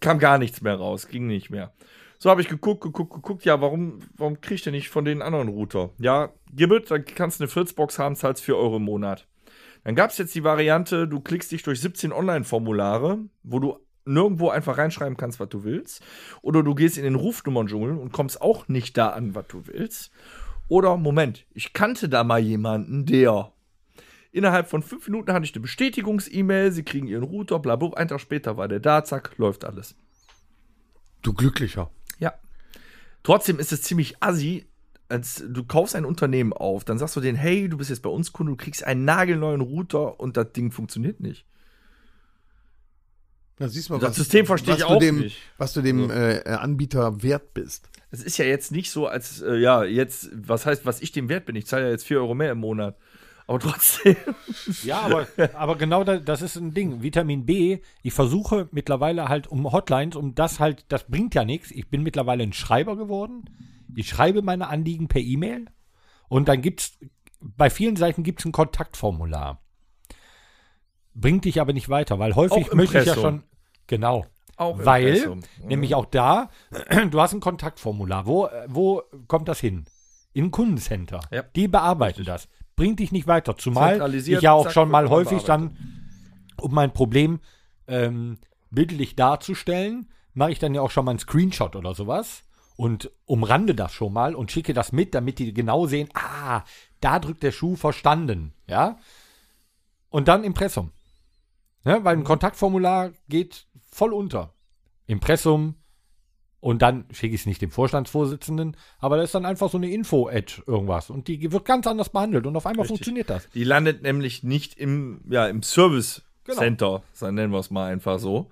Speaker 2: Kam gar nichts mehr raus, ging nicht mehr. So habe ich geguckt, geguckt, geguckt. Ja, warum, warum kriegst du nicht von den anderen Router? Ja, gib it, dann kannst du eine 40-Box haben, zahlst 4 Euro im Monat. Dann gab es jetzt die Variante, du klickst dich durch 17 Online-Formulare, wo du nirgendwo einfach reinschreiben kannst, was du willst. Oder du gehst in den Rufnummern-Dschungel und kommst auch nicht da an, was du willst. Oder, Moment, ich kannte da mal jemanden, der. Innerhalb von fünf Minuten hatte ich eine Bestätigungs-E-Mail, sie kriegen ihren Router, bla bla, ein Tag später war der da, zack, läuft alles.
Speaker 3: Du Glücklicher.
Speaker 2: Ja. Trotzdem ist es ziemlich assi, als du kaufst ein Unternehmen auf, dann sagst du denen, hey, du bist jetzt bei uns Kunde, du kriegst einen nagelneuen Router und das Ding funktioniert nicht.
Speaker 3: Da siehst du mal,
Speaker 2: Das System verstehe ich
Speaker 3: du
Speaker 2: auch
Speaker 3: dem,
Speaker 2: nicht.
Speaker 3: Was du dem äh, Anbieter wert bist.
Speaker 2: Es ist ja jetzt nicht so, als, äh, ja, jetzt, was heißt, was ich dem wert bin, ich zahle ja jetzt 4 Euro mehr im Monat. Aber trotzdem.
Speaker 4: Ja, aber, aber genau das, das ist ein Ding. Vitamin B, ich versuche mittlerweile halt um Hotlines, um das halt, das bringt ja nichts. Ich bin mittlerweile ein Schreiber geworden. Ich schreibe meine Anliegen per E-Mail und dann gibt's, bei vielen Seiten gibt's ein Kontaktformular. Bringt dich aber nicht weiter, weil häufig
Speaker 2: Auch
Speaker 4: möchte ich ja
Speaker 2: Impressum.
Speaker 4: schon, genau.
Speaker 2: Auch
Speaker 4: Weil,
Speaker 2: Impressum.
Speaker 4: nämlich auch da, du hast ein Kontaktformular. Wo, äh, wo kommt das hin? In ein Kundencenter.
Speaker 2: Ja.
Speaker 4: Die bearbeiten das. Bringt dich nicht weiter. Zumal ich
Speaker 2: Zentralisiert,
Speaker 4: ja auch
Speaker 2: zack,
Speaker 4: schon mal
Speaker 2: wird man
Speaker 4: häufig dann, um mein Problem ähm, bildlich darzustellen, mache ich dann ja auch schon mal einen Screenshot oder sowas und umrande das schon mal und schicke das mit, damit die genau sehen, ah, da drückt der Schuh verstanden. Ja. Und dann Impressum. Ne,
Speaker 2: Mhm.
Speaker 4: weil ein Kontaktformular geht voll unter. Impressum und dann schicke ich es nicht dem Vorstandsvorsitzenden, aber da ist dann einfach so eine Info-Ad irgendwas und die wird ganz anders behandelt und auf einmal funktioniert das.
Speaker 2: Die landet nämlich nicht im, ja, im Service
Speaker 3: Genau.
Speaker 2: Center, dann nennen wir es mal einfach so.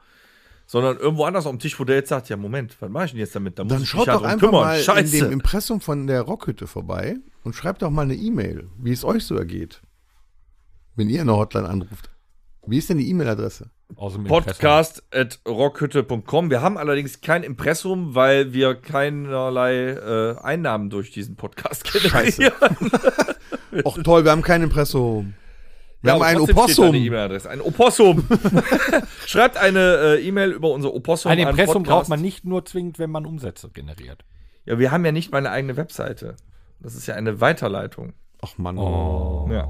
Speaker 2: Sondern irgendwo anders am Tisch, wo der jetzt sagt: Ja, Moment, was mache ich denn jetzt damit? Da muss
Speaker 3: Dann
Speaker 2: ich
Speaker 3: schaut
Speaker 2: ja
Speaker 3: doch
Speaker 2: drum
Speaker 3: einfach mal
Speaker 2: Scheiße.
Speaker 3: in dem Impressum von der Rockhütte vorbei und schreibt doch mal eine E-Mail, wie es euch so ergeht, wenn ihr eine Hotline anruft. Wie ist denn die E-Mail-Adresse?
Speaker 4: Aus dem Impressum.
Speaker 2: Podcast at rockhütte.com. Wir haben allerdings kein Impressum, weil wir keinerlei äh, Einnahmen durch diesen Podcast generieren.
Speaker 3: Och toll, wir haben kein Impressum. Wir haben
Speaker 2: aber
Speaker 3: ein
Speaker 2: trotzdem steht da eine
Speaker 3: Opossum.
Speaker 2: E-Mail-Adresse. Ein Opossum. Schreibt eine äh, E-Mail über unser Opossum.
Speaker 4: Ein
Speaker 2: an
Speaker 4: Impressum
Speaker 2: Podcast.
Speaker 4: braucht man nicht nur zwingend, wenn man Umsätze generiert.
Speaker 2: Ja, wir haben ja nicht mal eine eigene Webseite. Das ist ja eine Weiterleitung.
Speaker 3: Ach Mann. Oh.
Speaker 2: Ja.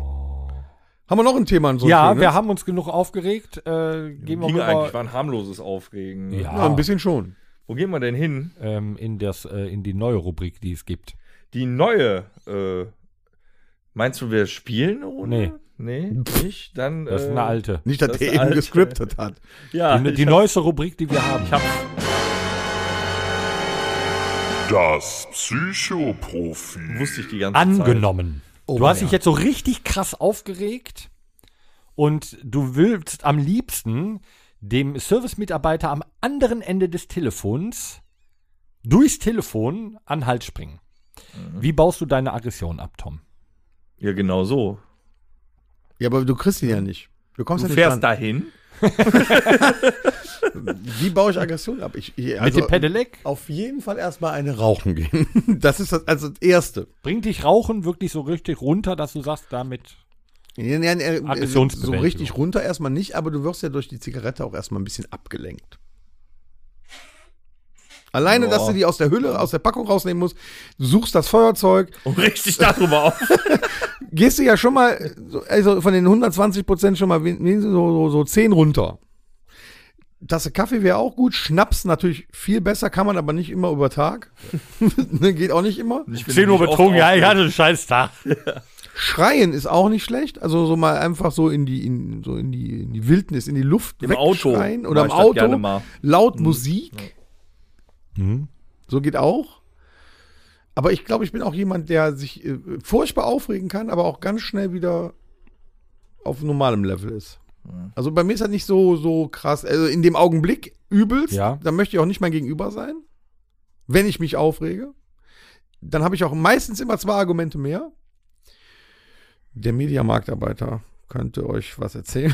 Speaker 3: Haben wir noch ein Thema? Ein so
Speaker 4: ja,
Speaker 3: schönes?
Speaker 4: wir haben uns genug aufgeregt. Äh, gehen wir
Speaker 2: Ging eigentlich,
Speaker 4: rüber,
Speaker 2: war ein harmloses Aufregen.
Speaker 4: Ja.
Speaker 3: Ja, ein bisschen schon.
Speaker 2: Wo gehen wir denn hin?
Speaker 4: ähm, in, das, äh, in die neue Rubrik, die es gibt.
Speaker 2: Die neue, äh, meinst du, wir spielen ohne? Nee. Nee, nicht? Dann,
Speaker 4: Das ist
Speaker 2: äh,
Speaker 4: eine alte.
Speaker 3: Nicht, dass
Speaker 2: Das
Speaker 3: der eben
Speaker 2: alte-
Speaker 3: gescriptet hat.
Speaker 2: Ja,
Speaker 4: die
Speaker 2: ich
Speaker 4: die
Speaker 2: hab-
Speaker 4: neueste Rubrik, die wir haben.
Speaker 2: Ich hab,
Speaker 1: Das Psychoprofi.
Speaker 2: wusste ich die ganze
Speaker 4: Angenommen.
Speaker 3: Oh,
Speaker 4: du hast
Speaker 3: ja.
Speaker 4: dich jetzt so richtig krass aufgeregt und du willst am liebsten dem Service-Mitarbeiter am anderen Ende des Telefons durchs Telefon an den Hals springen. Wie baust du deine Aggression ab, Tom?
Speaker 2: Zeit. Ja, genau so.
Speaker 3: Ja, aber du kriegst ihn ja nicht. Du kommst ja
Speaker 2: Du
Speaker 3: nicht
Speaker 2: fährst
Speaker 3: dran.
Speaker 2: dahin.
Speaker 3: Wie baue ich Aggression ab? Ich, also, ich,
Speaker 4: Mit dem Pedelec?
Speaker 3: auf jeden Fall erstmal eine rauchen gehen. Das ist das, also das Erste.
Speaker 4: Bringt dich Rauchen wirklich so richtig runter, dass du sagst, damit
Speaker 3: Ja, ja, ja, äh, so
Speaker 4: Aggressionsbewältigung.
Speaker 3: richtig runter erstmal nicht, aber du wirst ja durch die Zigarette auch erstmal ein bisschen abgelenkt. Alleine, dass du die aus der Hülle, aus der Packung rausnehmen musst, du suchst das Feuerzeug,
Speaker 2: Und richtig darüber auf.
Speaker 3: gehst du ja schon mal, so- also von den 120 Prozent schon mal wen- wenigstens so, so, so 10 runter. Tasse Kaffee wäre auch gut, Schnaps natürlich viel besser, kann man aber nicht immer über Tag. Ne, Geht auch nicht immer.
Speaker 4: 10 Uhr betrunken, ja, ich hatte einen scheiß Tag.
Speaker 3: Schreien ist auch nicht schlecht. Also so mal einfach so in die, in, so in die, in die Wildnis, in die Luft
Speaker 2: Im Auto
Speaker 3: wegschreien oder
Speaker 2: mach
Speaker 3: im
Speaker 2: ich das
Speaker 3: Auto.
Speaker 2: gerne mal. Mhm.
Speaker 3: Laut Musik. So geht auch. Aber ich glaube, ich bin auch jemand, der sich äh, furchtbar aufregen kann, aber auch ganz schnell wieder auf normalem Level ist.
Speaker 2: Mhm.
Speaker 3: Also bei mir ist das nicht so, so krass. Also in dem Augenblick übelst,
Speaker 4: Ja.
Speaker 3: dann möchte ich auch nicht mein Gegenüber sein, wenn ich mich aufrege. Dann habe ich auch meistens immer zwei Argumente mehr. Der Mediamarktarbeiter könnte euch was erzählen.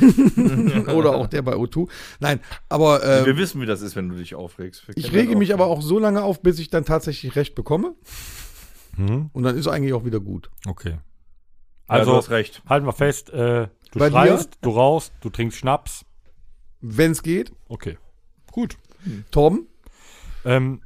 Speaker 3: Oder auch der bei O2. Nein, aber ähm,
Speaker 2: Wir wissen, wie das ist, wenn du dich aufregst. Wir
Speaker 3: ich
Speaker 2: kennen das
Speaker 3: rege mich
Speaker 2: schon.
Speaker 3: aber auch so lange auf, bis ich dann tatsächlich Recht bekomme. Und dann ist eigentlich auch wieder gut.
Speaker 4: Hm? Okay.
Speaker 2: Also,
Speaker 4: Also,
Speaker 2: du hast recht.
Speaker 4: halten wir fest, äh, du
Speaker 3: Bei dir?
Speaker 4: schreist, du rauchst, du trinkst Schnaps.
Speaker 3: Wenn es geht.
Speaker 4: Okay. Gut.
Speaker 3: Torben?
Speaker 4: Ähm,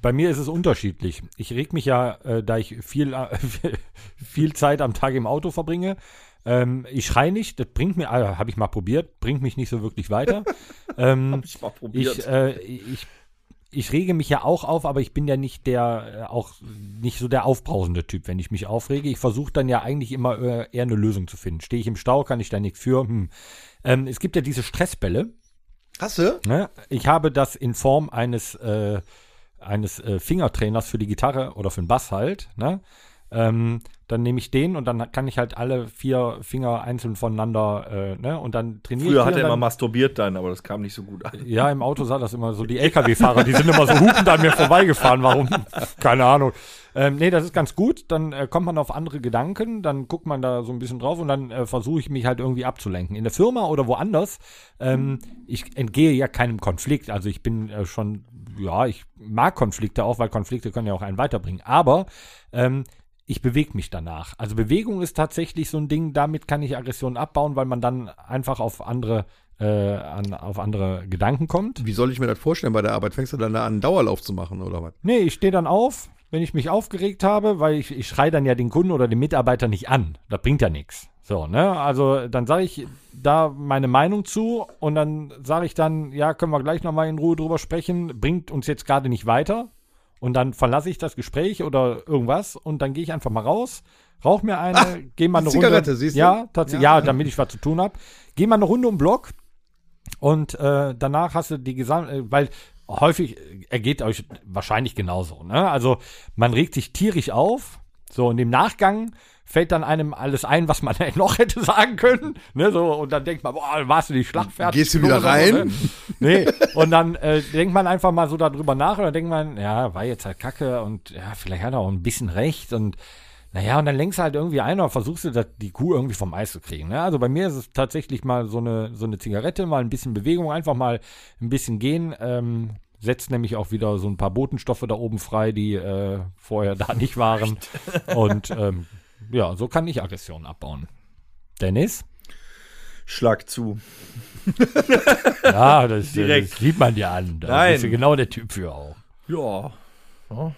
Speaker 4: bei mir ist es unterschiedlich. Ich reg mich ja, äh, da ich viel, äh, viel Zeit am Tag im Auto verbringe. Ähm, ich schreie nicht, das bringt mir, äh, habe ich mal probiert, bringt mich nicht so wirklich weiter. ähm,
Speaker 2: Ich mal probiert.
Speaker 4: ich, äh, ich, ich rege mich ja auch auf, aber ich bin ja nicht der, äh, auch nicht so der aufbrausende Typ, wenn ich mich aufrege. Ich versuche dann ja eigentlich immer äh, eher eine Lösung zu finden. Stehe ich im Stau, kann ich da nichts für. Hm. Ähm, es gibt ja diese Stressbälle.
Speaker 3: Hast du?
Speaker 4: Ne? Ich habe das in Form eines, äh, eines äh, Fingertrainers für die Gitarre oder für den Bass halt. Ne? Ähm, dann nehme ich den und dann kann ich halt alle vier Finger einzeln voneinander äh, ne? und dann trainiere ich.
Speaker 2: Früher
Speaker 4: die
Speaker 2: hat
Speaker 4: und
Speaker 2: er immer
Speaker 4: dann,
Speaker 2: masturbiert dann, aber das kam nicht so gut an.
Speaker 4: ja, im Auto sah das immer so. Die LKW-Fahrer, die sind immer so hupend an mir vorbeigefahren. Warum? Keine Ahnung. Ähm, nee, das ist ganz gut. Dann äh, kommt man auf andere Gedanken, dann guckt man da so ein bisschen drauf und dann äh, versuche ich mich halt irgendwie abzulenken. In der Firma oder woanders. Ähm, ich entgehe ja keinem Konflikt. Also ich bin äh, schon, ja, ich mag Konflikte auch, weil Konflikte können ja auch einen weiterbringen. Aber ähm, ich bewege mich danach. Also Bewegung ist tatsächlich so ein Ding, damit kann ich Aggression abbauen, weil man dann einfach auf andere, äh, an, auf andere Gedanken kommt.
Speaker 3: Wie soll ich mir das vorstellen bei der Arbeit? Fängst du dann da an, einen Dauerlauf zu machen oder was?
Speaker 4: Nee, ich stehe dann auf, wenn ich mich aufgeregt habe, weil ich, ich schreie dann ja den Kunden oder den Mitarbeiter nicht an. Das bringt ja nichts. So, ne? Also dann sage ich da meine Meinung zu und dann sage ich dann, ja, können wir gleich nochmal in Ruhe drüber sprechen, bringt uns jetzt gerade nicht weiter. Und dann verlasse ich das Gespräch oder irgendwas und dann gehe ich einfach mal raus, rauche mir eine,
Speaker 3: Ach,
Speaker 4: gehe mal
Speaker 3: Ah, die
Speaker 4: eine
Speaker 3: Zigarette,
Speaker 4: Runde.
Speaker 3: siehst du?
Speaker 4: Ja, tatsächlich,
Speaker 3: Ja.
Speaker 4: ja, damit ich was zu tun habe. Gehe mal eine Runde um den Block, und äh, danach hast du die gesamte, weil häufig äh, ergeht euch wahrscheinlich genauso. Ne? Also man regt sich tierisch auf. So, und im Nachgang fällt dann einem alles ein, was man noch hätte sagen können. Ne? So, und dann denkt man, boah, warst du nicht schlagfertig?
Speaker 3: Gehst du wieder
Speaker 4: genug oder so, Ne? Nee. Und dann äh, denkt man einfach mal so darüber nach und dann denkt man, ja, war jetzt halt Kacke und ja, vielleicht hat er auch ein bisschen recht und naja, und dann lenkst du halt irgendwie ein oder versuchst du, das- die Kuh irgendwie vom Eis zu kriegen. Ne? Also bei mir ist es tatsächlich mal so eine, so eine Zigarette, mal ein bisschen Bewegung, einfach mal ein bisschen gehen. Ähm, setzt nämlich auch wieder so ein paar Botenstoffe da oben frei, die äh, vorher da nicht waren. Und ähm, ja, so kann ich Aggressionen abbauen. Dennis?
Speaker 2: Schlag zu.
Speaker 4: Ja, das,
Speaker 2: Direkt.
Speaker 4: das sieht man dir an. Da
Speaker 2: Nein.
Speaker 4: bist du genau der Typ für auch.
Speaker 2: Ja. ja.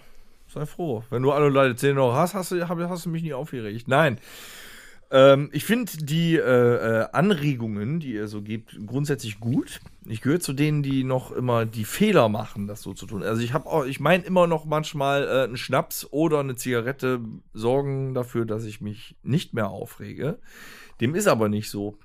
Speaker 2: Sei froh. Wenn du alle Leute 10 noch hast, hast du, hab- hast du mich nie aufgeregt. Nein. Ähm, ich finde die äh, äh, Anregungen, die ihr so gebt, grundsätzlich gut. Ich gehöre zu denen, die noch immer die Fehler machen, das so zu tun. Also ich habe auch, ich meine immer noch manchmal äh, einen Schnaps oder eine Zigarette sorgen dafür, dass ich mich nicht mehr aufrege. Dem ist aber nicht so.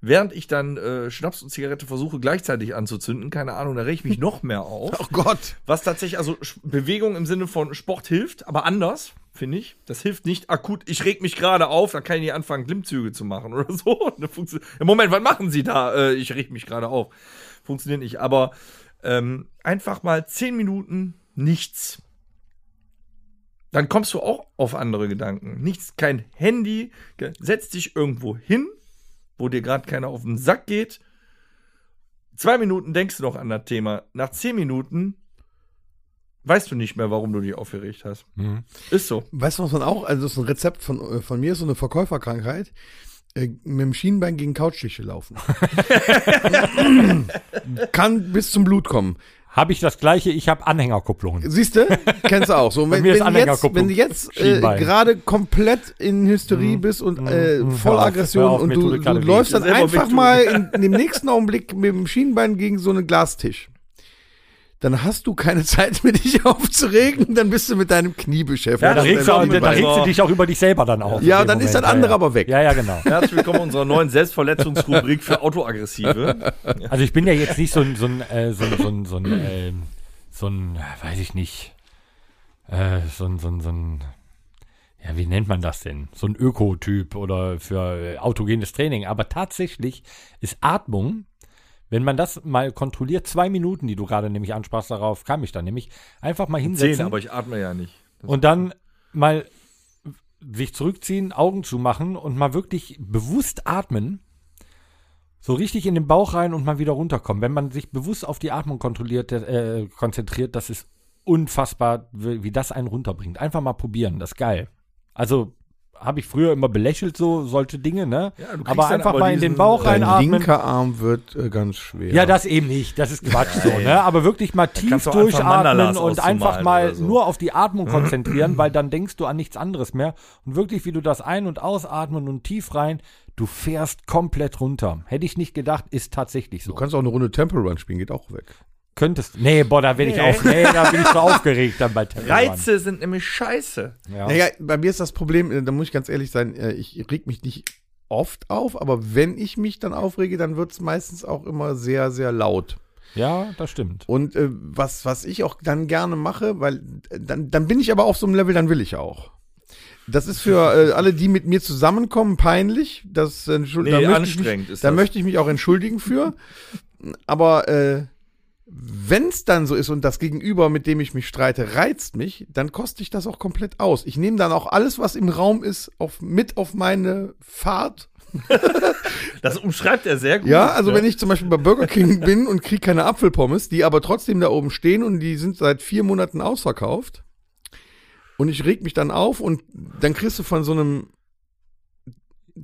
Speaker 2: Während ich dann äh, Schnaps und Zigarette versuche gleichzeitig anzuzünden, keine Ahnung, da reg ich mich noch mehr auf.
Speaker 3: Oh Gott.
Speaker 2: Was tatsächlich, also Sch- Bewegung im Sinne von Sport hilft, aber anders, finde ich. Das hilft nicht akut. Ich reg mich gerade auf, dann kann ich nicht anfangen, Klimmzüge zu machen oder so. Das funktioniert- Im Moment, was machen Sie da? Äh, ich reg mich gerade auf. Funktioniert nicht. Aber ähm, einfach mal zehn Minuten nichts. Dann kommst du auch auf andere Gedanken. Nichts, kein Handy. Ge- Setz dich irgendwo hin, wo dir gerade keiner auf den Sack geht. Zwei Minuten denkst du noch an das Thema. Nach zehn Minuten weißt du nicht mehr, warum du dich aufgeregt
Speaker 4: Mhm.
Speaker 2: hast. Ist so.
Speaker 3: Weißt du, was man auch, also das ist ein Rezept von, äh, von mir, ist so eine Verkäuferkrankheit. äh, mit dem Schienbein gegen Couchtische laufen. Kann bis zum Blut kommen.
Speaker 4: Habe ich das gleiche, ich habe Anhängerkupplungen.
Speaker 3: Siehst du? Kennst du auch. So, wenn, wenn, du
Speaker 4: mir ist
Speaker 3: jetzt,
Speaker 4: Anhängerkupplung.
Speaker 3: wenn du jetzt äh,
Speaker 4: Schienbein. Mhm.
Speaker 3: gerade komplett in Hysterie bist und äh, voll
Speaker 4: Hör auf,
Speaker 3: Aggression
Speaker 4: hör auf,
Speaker 3: und
Speaker 4: mir
Speaker 3: du,
Speaker 4: tut es
Speaker 3: du
Speaker 4: gerade weh.
Speaker 3: läufst dann
Speaker 2: Selber
Speaker 3: einfach
Speaker 2: wehtun.
Speaker 3: mal in, in dem nächsten Augenblick mit dem Schienbein gegen so einen Glastisch. Dann hast du keine Zeit mehr, dich aufzuregen, dann bist du mit deinem Knie beschäftigt.
Speaker 2: Ja,
Speaker 4: Da
Speaker 2: das
Speaker 4: regst,
Speaker 2: ist
Speaker 4: du,
Speaker 2: auch
Speaker 4: auch-
Speaker 2: mit
Speaker 4: da
Speaker 2: bei-
Speaker 4: regst du dich auch über dich selber dann auf.
Speaker 3: Ja,
Speaker 4: in dem
Speaker 3: dann ist
Speaker 4: Moment.
Speaker 3: ein
Speaker 4: Ja,
Speaker 3: anderer
Speaker 4: ja.
Speaker 3: aber weg.
Speaker 4: Ja, ja, genau.
Speaker 2: Herzlich willkommen unserer neuen Selbstverletzungsrubrik für Autoaggressive.
Speaker 4: Also ich bin ja jetzt nicht so ein, so ein, äh, so ein, so ein, so ein, ähm, so ein äh, weiß ich nicht, äh, so ein, so ein, so ein, ja, wie nennt man das denn? So ein Ökotyp oder für äh, autogenes Training. Aber tatsächlich ist Atmung, wenn man das mal kontrolliert, zwei Minuten, die du gerade nämlich ansprachst, darauf kam ich dann nämlich, einfach mal hinsetzen.
Speaker 2: Zehn, aber ich atme ja nicht.
Speaker 4: Und dann mal sich zurückziehen, Augen zumachen und mal wirklich bewusst atmen. So richtig in den Bauch rein und mal wieder runterkommen. Wenn man sich bewusst auf die Atmung kontrolliert, äh, konzentriert, das ist unfassbar, wie, wie das einen runterbringt. Einfach mal probieren, das ist geil. Also habe ich früher immer belächelt, so solche Dinge, ne?
Speaker 2: Ja, du kriegst
Speaker 4: aber
Speaker 2: dann
Speaker 4: einfach
Speaker 2: aber
Speaker 4: mal in
Speaker 2: diesen- äh,
Speaker 4: den Bauch
Speaker 3: Dein
Speaker 4: reinatmen.
Speaker 3: linker Arm wird äh, ganz schwer.
Speaker 4: Ja, das eben nicht. Das ist Quatsch so, ne? Aber wirklich mal tief
Speaker 2: kannst du auch einfach
Speaker 4: durchatmen
Speaker 2: Mandalas
Speaker 4: und
Speaker 2: auszumalen
Speaker 4: einfach mal
Speaker 2: oder so. Mhm.
Speaker 4: nur auf die Atmung konzentrieren, weil dann denkst du an nichts anderes mehr. Und wirklich, wie du das ein- und ausatmen und tief rein, du fährst komplett runter. Hätte ich nicht gedacht, ist tatsächlich so.
Speaker 3: Du kannst auch eine Runde Temple Run spielen, geht auch weg.
Speaker 4: Könntest. Nee, boah, da bin ich
Speaker 2: Nee.
Speaker 4: auf. Nee, da bin ich so aufgeregt dann bei Terror.
Speaker 2: Reize sind nämlich scheiße.
Speaker 4: Ja.
Speaker 3: Naja, bei mir ist das Problem, äh, da muss ich ganz ehrlich sein, äh, ich reg mich nicht oft auf, aber wenn ich mich dann aufrege, dann wird's meistens auch immer sehr, sehr laut.
Speaker 4: ja, das stimmt.
Speaker 3: Und äh, was, was ich auch dann gerne mache, weil äh, dann, dann bin ich aber auf so einem Level, dann will ich auch. Das ist für äh, alle, die mit mir zusammenkommen, peinlich. Das, äh, Entschu-
Speaker 2: Nee,
Speaker 3: da möchte ich
Speaker 2: anstrengend
Speaker 3: mich,
Speaker 2: ist
Speaker 3: Da
Speaker 2: das.
Speaker 3: möchte ich mich auch entschuldigen für. Aber äh, wenn es dann so ist und das Gegenüber, mit dem ich mich streite, reizt mich, dann koste ich das auch komplett aus. Ich nehme dann auch alles, was im Raum ist, auf, mit auf meine Fahrt
Speaker 2: Das umschreibt er sehr gut.
Speaker 3: ja, also
Speaker 2: ne?
Speaker 3: wenn ich zum Beispiel bei Burger King bin und krieg keine Apfelpommes, die aber trotzdem da oben stehen und die sind seit vier Monaten ausverkauft. Und ich reg mich dann auf und dann kriegst du von so einem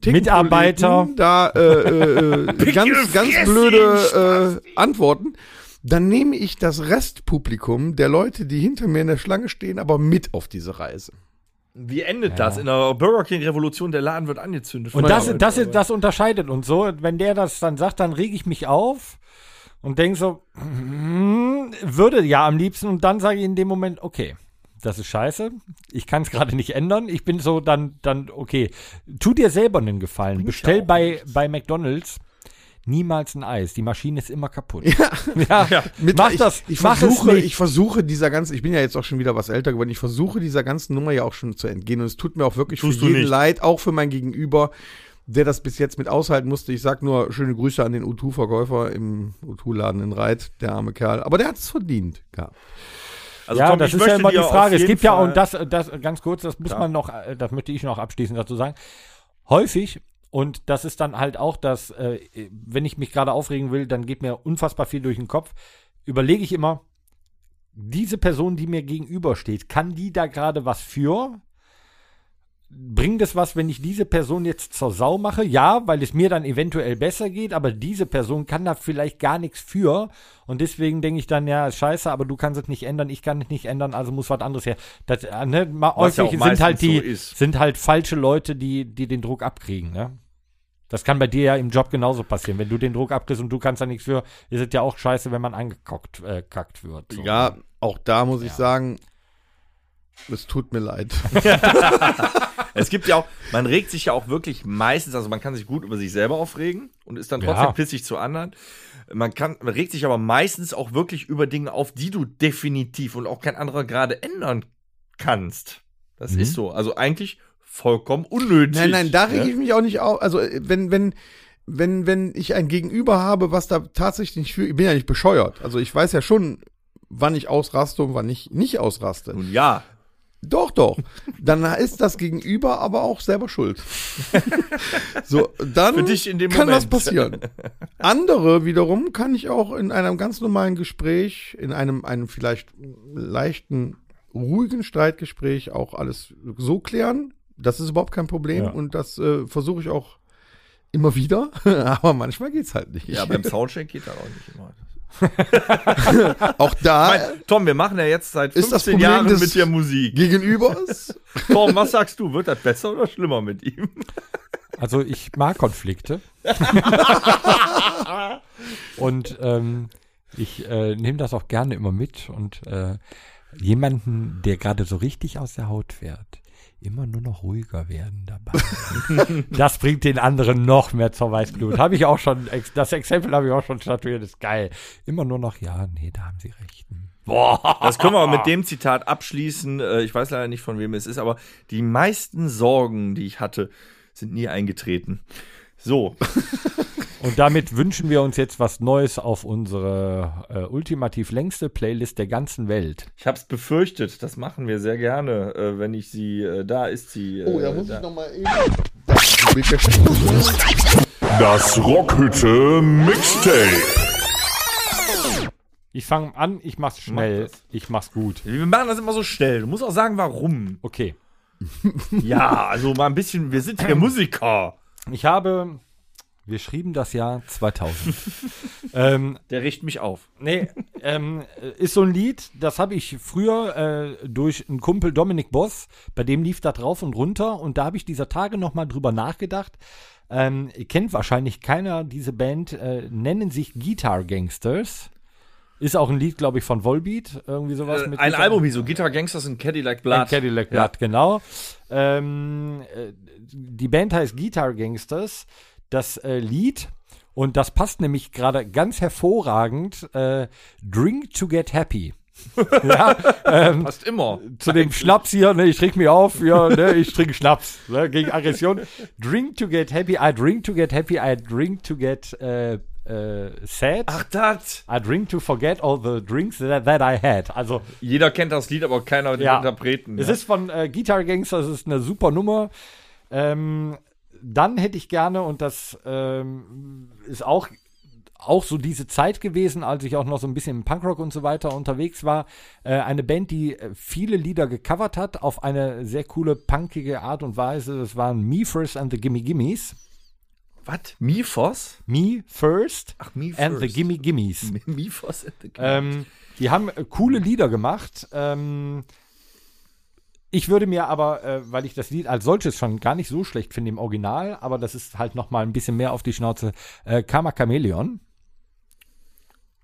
Speaker 3: Theken-
Speaker 4: Mitarbeiter.
Speaker 3: da äh, äh, äh, ganz, ganz blöde äh, Antworten. Dann nehme ich das Restpublikum der Leute, die hinter mir in der Schlange stehen, aber mit auf diese Reise.
Speaker 2: Wie endet das? In der Burger King-Revolution, der Laden wird angezündet.
Speaker 4: Und
Speaker 2: Feuer
Speaker 4: das,
Speaker 2: wird-
Speaker 4: das, das unterscheidet uns so. Wenn der das dann sagt, dann reg ich mich auf und denke so, hm, würde ja am liebsten. Und dann sage ich in dem Moment, okay, das ist scheiße. Ich kann es gerade nicht ändern. Ich bin so dann, dann, okay. Tu dir selber einen Gefallen. Bestell bei, bei McDonalds. Niemals ein Eis. Die Maschine ist immer kaputt. Ja,
Speaker 3: Mit-
Speaker 4: mach
Speaker 3: ich,
Speaker 4: das.
Speaker 3: Ich
Speaker 4: mach
Speaker 3: versuche,
Speaker 4: es nicht.
Speaker 3: ich versuche dieser ganzen, ich bin ja jetzt auch schon wieder was älter geworden, ich versuche dieser ganzen Nummer ja auch schon zu entgehen und es tut mir auch wirklich
Speaker 2: Tust
Speaker 3: für
Speaker 2: du
Speaker 3: jeden
Speaker 2: nicht.
Speaker 3: leid, auch für mein Gegenüber, der das bis jetzt mit aushalten musste. Ich sag nur schöne Grüße an den U2-Verkäufer im U2-Laden in Reit, der arme Kerl. Aber der hat es verdient. Ja.
Speaker 2: also,
Speaker 4: ja,
Speaker 2: Tom,
Speaker 4: das
Speaker 2: ich
Speaker 4: ist ja
Speaker 2: möchte
Speaker 4: immer die
Speaker 2: dir auf
Speaker 4: Frage. Es
Speaker 2: jeden
Speaker 4: gibt ja,
Speaker 2: Fall-
Speaker 4: und das, das ganz kurz, das muss man noch, äh, das möchte ich noch abschließend dazu sagen. Häufig, und das ist dann halt auch das, äh, wenn ich mich gerade aufregen will, dann geht mir unfassbar viel durch den Kopf, überlege ich immer, diese Person, die mir gegenübersteht, kann die da gerade was für? Bringt es was, wenn ich diese Person jetzt zur Sau mache? Ja, weil es mir dann eventuell besser geht, aber diese Person kann da vielleicht gar nichts für. Und deswegen denke ich dann, ja, scheiße, aber du kannst es nicht ändern, ich kann es nicht ändern, also muss was anderes her. Das, äh, ne, ma-
Speaker 2: Was ja
Speaker 4: häufig
Speaker 2: auch
Speaker 4: sind halt
Speaker 2: meistens
Speaker 4: die,
Speaker 2: so ist.
Speaker 4: sind halt falsche Leute, die, die den Druck abkriegen, ne? Das kann bei dir ja im Job genauso passieren. Wenn du den Druck abkriegst und du kannst da nichts für, ist es ja auch scheiße, wenn man angekackt äh, kackt wird. so.
Speaker 3: ja, auch da muss ich sagen, es tut mir leid.
Speaker 2: Es gibt ja auch, man regt sich ja auch wirklich meistens, also man kann sich gut über sich selber aufregen und ist dann trotzdem
Speaker 4: Ja.
Speaker 2: pissig zu anderen. Man kann, man regt sich aber meistens auch wirklich über Dinge auf, die du definitiv und auch kein anderer gerade ändern kannst. Das ist so. Also eigentlich vollkommen unnötig.
Speaker 3: Nein, nein, da reg
Speaker 2: ne?
Speaker 3: ich mich auch nicht auf. Also äh, wenn, wenn, wenn, wenn ich ein Gegenüber habe, was da tatsächlich nicht für, ich bin ja nicht bescheuert. Also ich weiß ja schon, wann ich ausraste und wann ich nicht ausraste.
Speaker 2: Nun ja.
Speaker 3: Doch, doch. Dann ist das Gegenüber aber auch selber schuld. so, dann
Speaker 2: Für dich in dem
Speaker 3: kann das
Speaker 2: Moment.
Speaker 3: passieren. Andere wiederum kann ich auch in einem ganz normalen Gespräch, in einem, einem vielleicht leichten, ruhigen Streitgespräch auch alles so klären. Das ist überhaupt kein Problem
Speaker 4: Ja.
Speaker 3: und das äh, versuche ich auch immer wieder, aber manchmal geht's halt nicht.
Speaker 2: Ja, beim Soundcheck geht das auch nicht immer.
Speaker 3: Auch da
Speaker 2: Tom, wir machen ja jetzt seit
Speaker 3: Ist das
Speaker 2: 15
Speaker 3: Problem
Speaker 2: Jahren
Speaker 3: des-
Speaker 2: mit dir Musik.
Speaker 3: gegenübers.
Speaker 2: Tom, was sagst du? Wird das besser oder schlimmer mit ihm?
Speaker 4: Also ich mag Konflikte. und ähm, ich äh, nehme das auch gerne immer mit und äh, jemanden, der gerade so richtig aus der Haut fährt, immer nur noch ruhiger werden dabei. das bringt den anderen noch mehr zur Weißglut. Habe ich auch schon, ex- das Exempel habe ich auch schon statuiert, ist geil. Immer nur noch, ja, nee, da haben sie recht. Hm. Boah.
Speaker 2: Das können wir mit dem Zitat abschließen. Äh, Ich weiß leider nicht, von wem es ist, aber die meisten Sorgen, die ich hatte, sind nie eingetreten. So,
Speaker 4: Und damit wünschen wir uns jetzt was Neues auf unsere äh, ultimativ längste Playlist der ganzen Welt.
Speaker 2: ich hab's befürchtet. Das machen wir sehr gerne, äh, wenn ich sie. Äh, da ist sie. Äh, da.
Speaker 3: nochmal eben. Das
Speaker 1: Das Rockhütte Mixtape.
Speaker 4: Ich fange an, ich mach's schnell,
Speaker 2: Mach das.
Speaker 4: ich mach's gut.
Speaker 2: Wir machen das immer so schnell. Du musst auch sagen, warum.
Speaker 4: Okay.
Speaker 2: Ja, also mal ein bisschen. Wir sind hier Musiker.
Speaker 4: Ich habe, wir schrieben das Jahr 2000. ähm,
Speaker 2: Der richtet mich auf.
Speaker 4: nee, ähm, ist so ein Lied, das habe ich früher äh, durch einen Kumpel Dominik Boss, bei dem lief da drauf und runter und da habe ich dieser Tage nochmal drüber nachgedacht. Ähm, kennt wahrscheinlich keiner diese Band, äh, nennen sich Guitar Gangsters. Ist auch ein Lied, glaube ich, von Volbeat, irgendwie sowas
Speaker 2: Äh,
Speaker 4: mit
Speaker 2: ein
Speaker 4: Guitar-
Speaker 2: Album hier, so Guitar Gangsters und Cadillac Blood.
Speaker 4: Ein Cadillac Blood, genau. Ähm, äh, die Band heißt Guitar Gangsters. Das äh, Lied, und das passt nämlich gerade ganz hervorragend, äh, Drink to get happy. ja, ähm,
Speaker 2: Passt immer.
Speaker 4: zu dem Schnaps hier, ne, ich trinke mir auf, ja, ne, ich trinke Schnaps, ne, gegen Aggression. Drink to get happy, I drink to get happy, I drink to get äh, äh, sad.
Speaker 2: Ach, das.
Speaker 4: I drink to forget all the drinks that, that I had. Also
Speaker 2: Jeder kennt das Lied, aber keiner den
Speaker 4: Ja.
Speaker 2: Interpreten.
Speaker 4: es ist von äh, Guitar Gangster, es ist eine super Nummer. Ähm, dann hätte ich gerne, und das ähm, ist auch, auch so diese Zeit gewesen, als ich auch noch so ein bisschen im Punkrock und so weiter unterwegs war, äh, eine Band, die äh, viele Lieder gecovert hat, auf eine sehr coole, punkige Art und Weise. Das waren Me First and the Gimme Gimmies.
Speaker 2: was? Mifos?
Speaker 4: Me First
Speaker 2: Ach, Me
Speaker 4: and the
Speaker 2: First.
Speaker 4: Gimme Gimmies.
Speaker 2: Mifos?
Speaker 4: Ähm, die haben äh, coole Lieder gemacht. Ähm, ich würde mir aber, äh, weil ich das Lied als solches schon gar nicht so schlecht finde im Original, aber das ist halt noch mal ein bisschen mehr auf die Schnauze, äh, Karma Chameleon.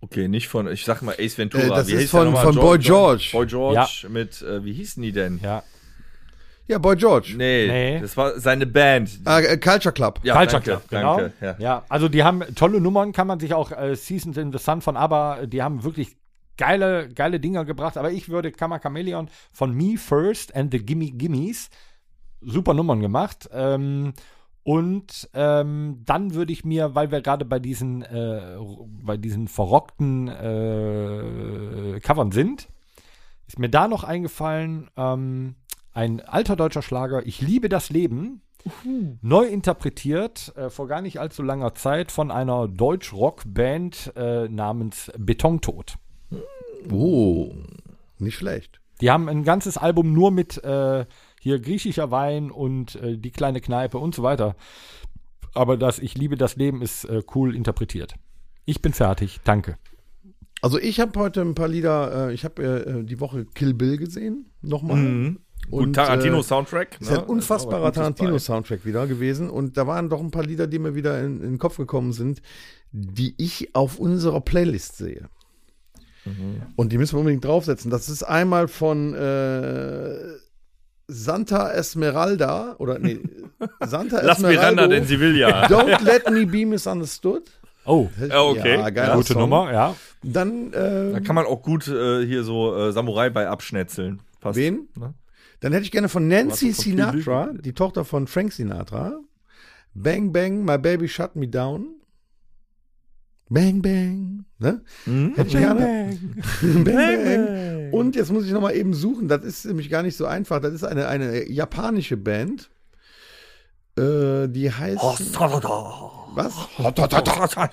Speaker 2: Okay, nicht von, ich sag mal Ace Ventura.
Speaker 3: Äh, das ist
Speaker 2: der
Speaker 3: von-
Speaker 2: nochmal?
Speaker 3: von Boy George.
Speaker 2: Boy George mit, äh, wie hießen die denn?
Speaker 4: Ja.
Speaker 3: ja, Boy George.
Speaker 2: Nee,
Speaker 4: Nee.
Speaker 2: das war seine Band.
Speaker 3: Ah, äh, Culture Club.
Speaker 2: Ja,
Speaker 4: Culture
Speaker 2: danke,
Speaker 4: Club, genau.
Speaker 2: danke. Ja.
Speaker 4: ja. also die haben tolle Nummern, kann man sich auch äh, Seasons in the Sun von ABBA, die haben wirklich geile, geile Dinger gebracht, aber ich würde Karma Chameleon von Me First and the Gimme Gimmies super Nummern gemacht. Ähm, und ähm, dann würde ich mir, weil wir gerade bei diesen, äh, bei diesen verrockten äh, Covern sind, ist mir da noch eingefallen, ähm, ein alter deutscher Schlager, Ich liebe das Leben, neu interpretiert, äh, vor gar nicht allzu langer Zeit von einer Deutsch-Rock-Band äh, namens Betontod.
Speaker 3: Oh, nicht schlecht.
Speaker 4: Die haben ein ganzes Album nur mit äh, hier griechischer Wein und äh, die kleine Kneipe und so weiter. Aber das Ich liebe das Leben ist äh, cool interpretiert. Ich bin fertig, danke.
Speaker 3: Also ich habe heute ein paar Lieder, äh, ich habe äh, die Woche Kill Bill gesehen, nochmal.
Speaker 2: Mhm. Gut, ne?
Speaker 3: Und, äh,
Speaker 2: Tarantino-Soundtrack.
Speaker 3: Ist ein unfassbarer Tarantino-Soundtrack wieder gewesen. Und da waren doch ein paar Lieder, die mir wieder in, in den Kopf gekommen sind, die ich auf unserer Playlist sehe.
Speaker 2: Mhm.
Speaker 3: Und die müssen wir unbedingt draufsetzen. Das ist einmal von äh, Santa Esmeralda oder nee, Santa
Speaker 2: Lass Miranda,
Speaker 3: Esmeralda.
Speaker 2: denn sie will ja.
Speaker 3: Don't let me be misunderstood.
Speaker 4: Oh,
Speaker 2: Ja, okay.
Speaker 3: geiler
Speaker 4: gute
Speaker 3: Song.
Speaker 4: Nummer, ja.
Speaker 3: Dann, äh,
Speaker 2: Da kann man auch gut äh, hier so äh, Samurai bei abschnetzeln. Passt.
Speaker 3: Wen?
Speaker 2: Ne?
Speaker 3: Dann hätte ich gerne von Nancy
Speaker 2: Warte, von Kill Bill.
Speaker 3: Sinatra, die Tochter von Frank Sinatra. Bang Bang, My Baby Shut Me Down. Bang Bang. Ne?
Speaker 2: Mhm.
Speaker 3: Hätte ich gerne. Bang Bang. Und jetzt muss ich nochmal eben suchen, das ist nämlich gar nicht so einfach. Das ist eine, eine japanische Band. Äh, die heißt. was?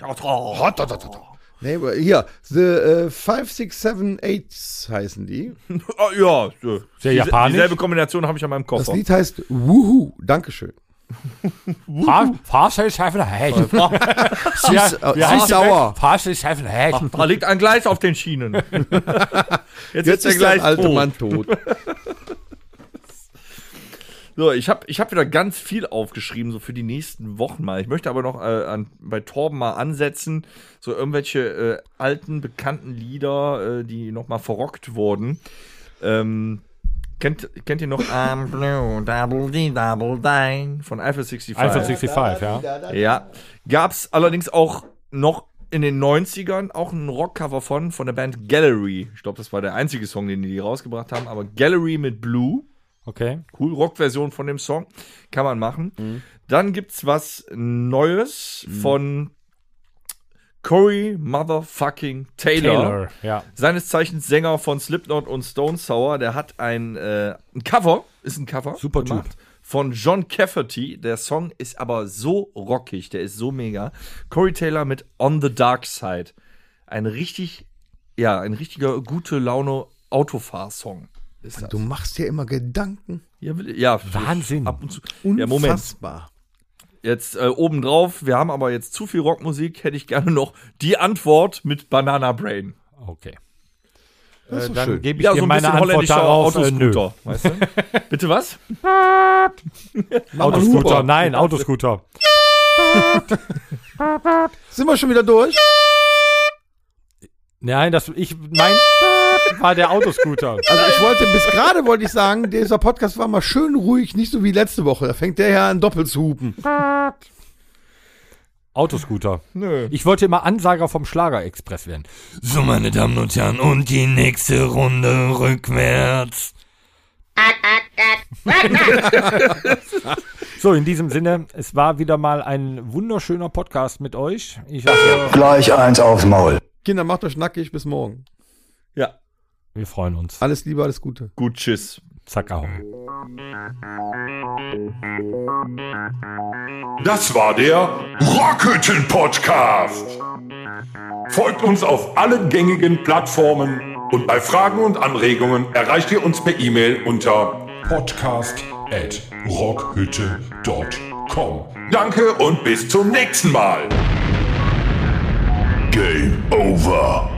Speaker 3: Nee, aber hier, The äh, 5678 heißen die.
Speaker 2: Ah, ja, so.
Speaker 4: Sehr
Speaker 2: Die-
Speaker 4: japanisch.
Speaker 2: Dieselbe Kombination habe ich an meinem
Speaker 3: Das
Speaker 2: Koffer.
Speaker 3: Lied heißt Wuhu. Dankeschön.
Speaker 4: Fahrstuhl ist einfach ein Hecht.
Speaker 3: Süß, äh, süß-sauer.
Speaker 4: Fahrstuhl ist einfach ein Hecht.
Speaker 2: Da Ah, liegt ein Gleis auf den Schienen. Jetzt,
Speaker 3: Jetzt ist der alte
Speaker 2: tot.
Speaker 3: Mann tot.
Speaker 2: So, ich habe ich hab wieder ganz viel aufgeschrieben, so für die nächsten Wochen mal. Ich möchte aber noch äh, an, bei Torben mal ansetzen, so irgendwelche äh, alten, bekannten Lieder, äh, die nochmal verrockt wurden. Ähm, kennt, kennt ihr noch I'm Blue, Double D, Double Dine von Eiffel 65?
Speaker 4: Eiffel 65, ja.
Speaker 2: Ja. Gab's allerdings auch noch in den 90ern auch ein Rockcover von, von der Band Gallery. Ich glaube, das war der einzige Song, den die rausgebracht haben, aber Gallery mit Blue.
Speaker 4: Okay.
Speaker 2: Cool, Rockversion von dem Song. Kann man machen.
Speaker 4: Mhm.
Speaker 2: Dann gibt's was Neues von Corey Motherfucking Taylor.
Speaker 4: Ja.
Speaker 2: Seines Zeichens Sänger von Slipknot und Stone Sour. Der hat ein, äh, ein Cover, ist ein Cover.
Speaker 4: Super Typ.
Speaker 2: Von John Cafferty. Der Song ist aber so rockig, der ist so mega. Corey Taylor mit On the Dark Side. Ein richtig, ja, ein richtiger gute Laune Autofahr-Song. Ist das.
Speaker 3: Du machst dir immer Gedanken.
Speaker 2: Ja, will- ja,
Speaker 4: Wahnsinn.
Speaker 2: Ab und zu. Ja, Moment.
Speaker 3: Unfassbar.
Speaker 2: Jetzt äh, obendrauf, wir haben aber jetzt zu viel Rockmusik, hätte ich gerne noch die Antwort mit Banana Brain.
Speaker 4: Okay.
Speaker 2: Äh,
Speaker 3: das ist so
Speaker 4: Dann
Speaker 3: schön.
Speaker 4: gebe ich dir meine Antwort darauf. Äh, nö.
Speaker 2: weißt du? Bitte was?
Speaker 4: Autoscooter, nein, Autoscooter.
Speaker 3: Sind wir schon wieder durch?
Speaker 4: Nein, das, ich, nein, war der Autoscooter.
Speaker 3: Also ich wollte, bis gerade wollte ich sagen, dieser Podcast war mal schön ruhig, nicht so wie letzte Woche. Da fängt der ja an doppelt zu hupen.
Speaker 4: Autoscooter.
Speaker 2: Nö.
Speaker 4: Ich wollte immer Ansager vom Schlagerexpress werden.
Speaker 6: So, meine Damen und Herren, und die nächste Runde rückwärts.
Speaker 4: So, in diesem Sinne, es war wieder mal ein wunderschöner Podcast mit euch. Ich hoffe,
Speaker 7: Gleich eins aufs Maul.
Speaker 3: Kinder, macht euch nackig, bis morgen.
Speaker 2: Ja.
Speaker 4: wir freuen uns.
Speaker 3: Alles Liebe, alles Gute.
Speaker 2: Gut, tschüss.
Speaker 4: Zack, ahoi.
Speaker 1: Das war der Rockhütten Podcast. Folgt uns auf allen gängigen Plattformen und bei Fragen und Anregungen erreicht ihr uns per E-Mail unter podcast@rockhütte.com. Danke und bis zum nächsten Mal. Game over.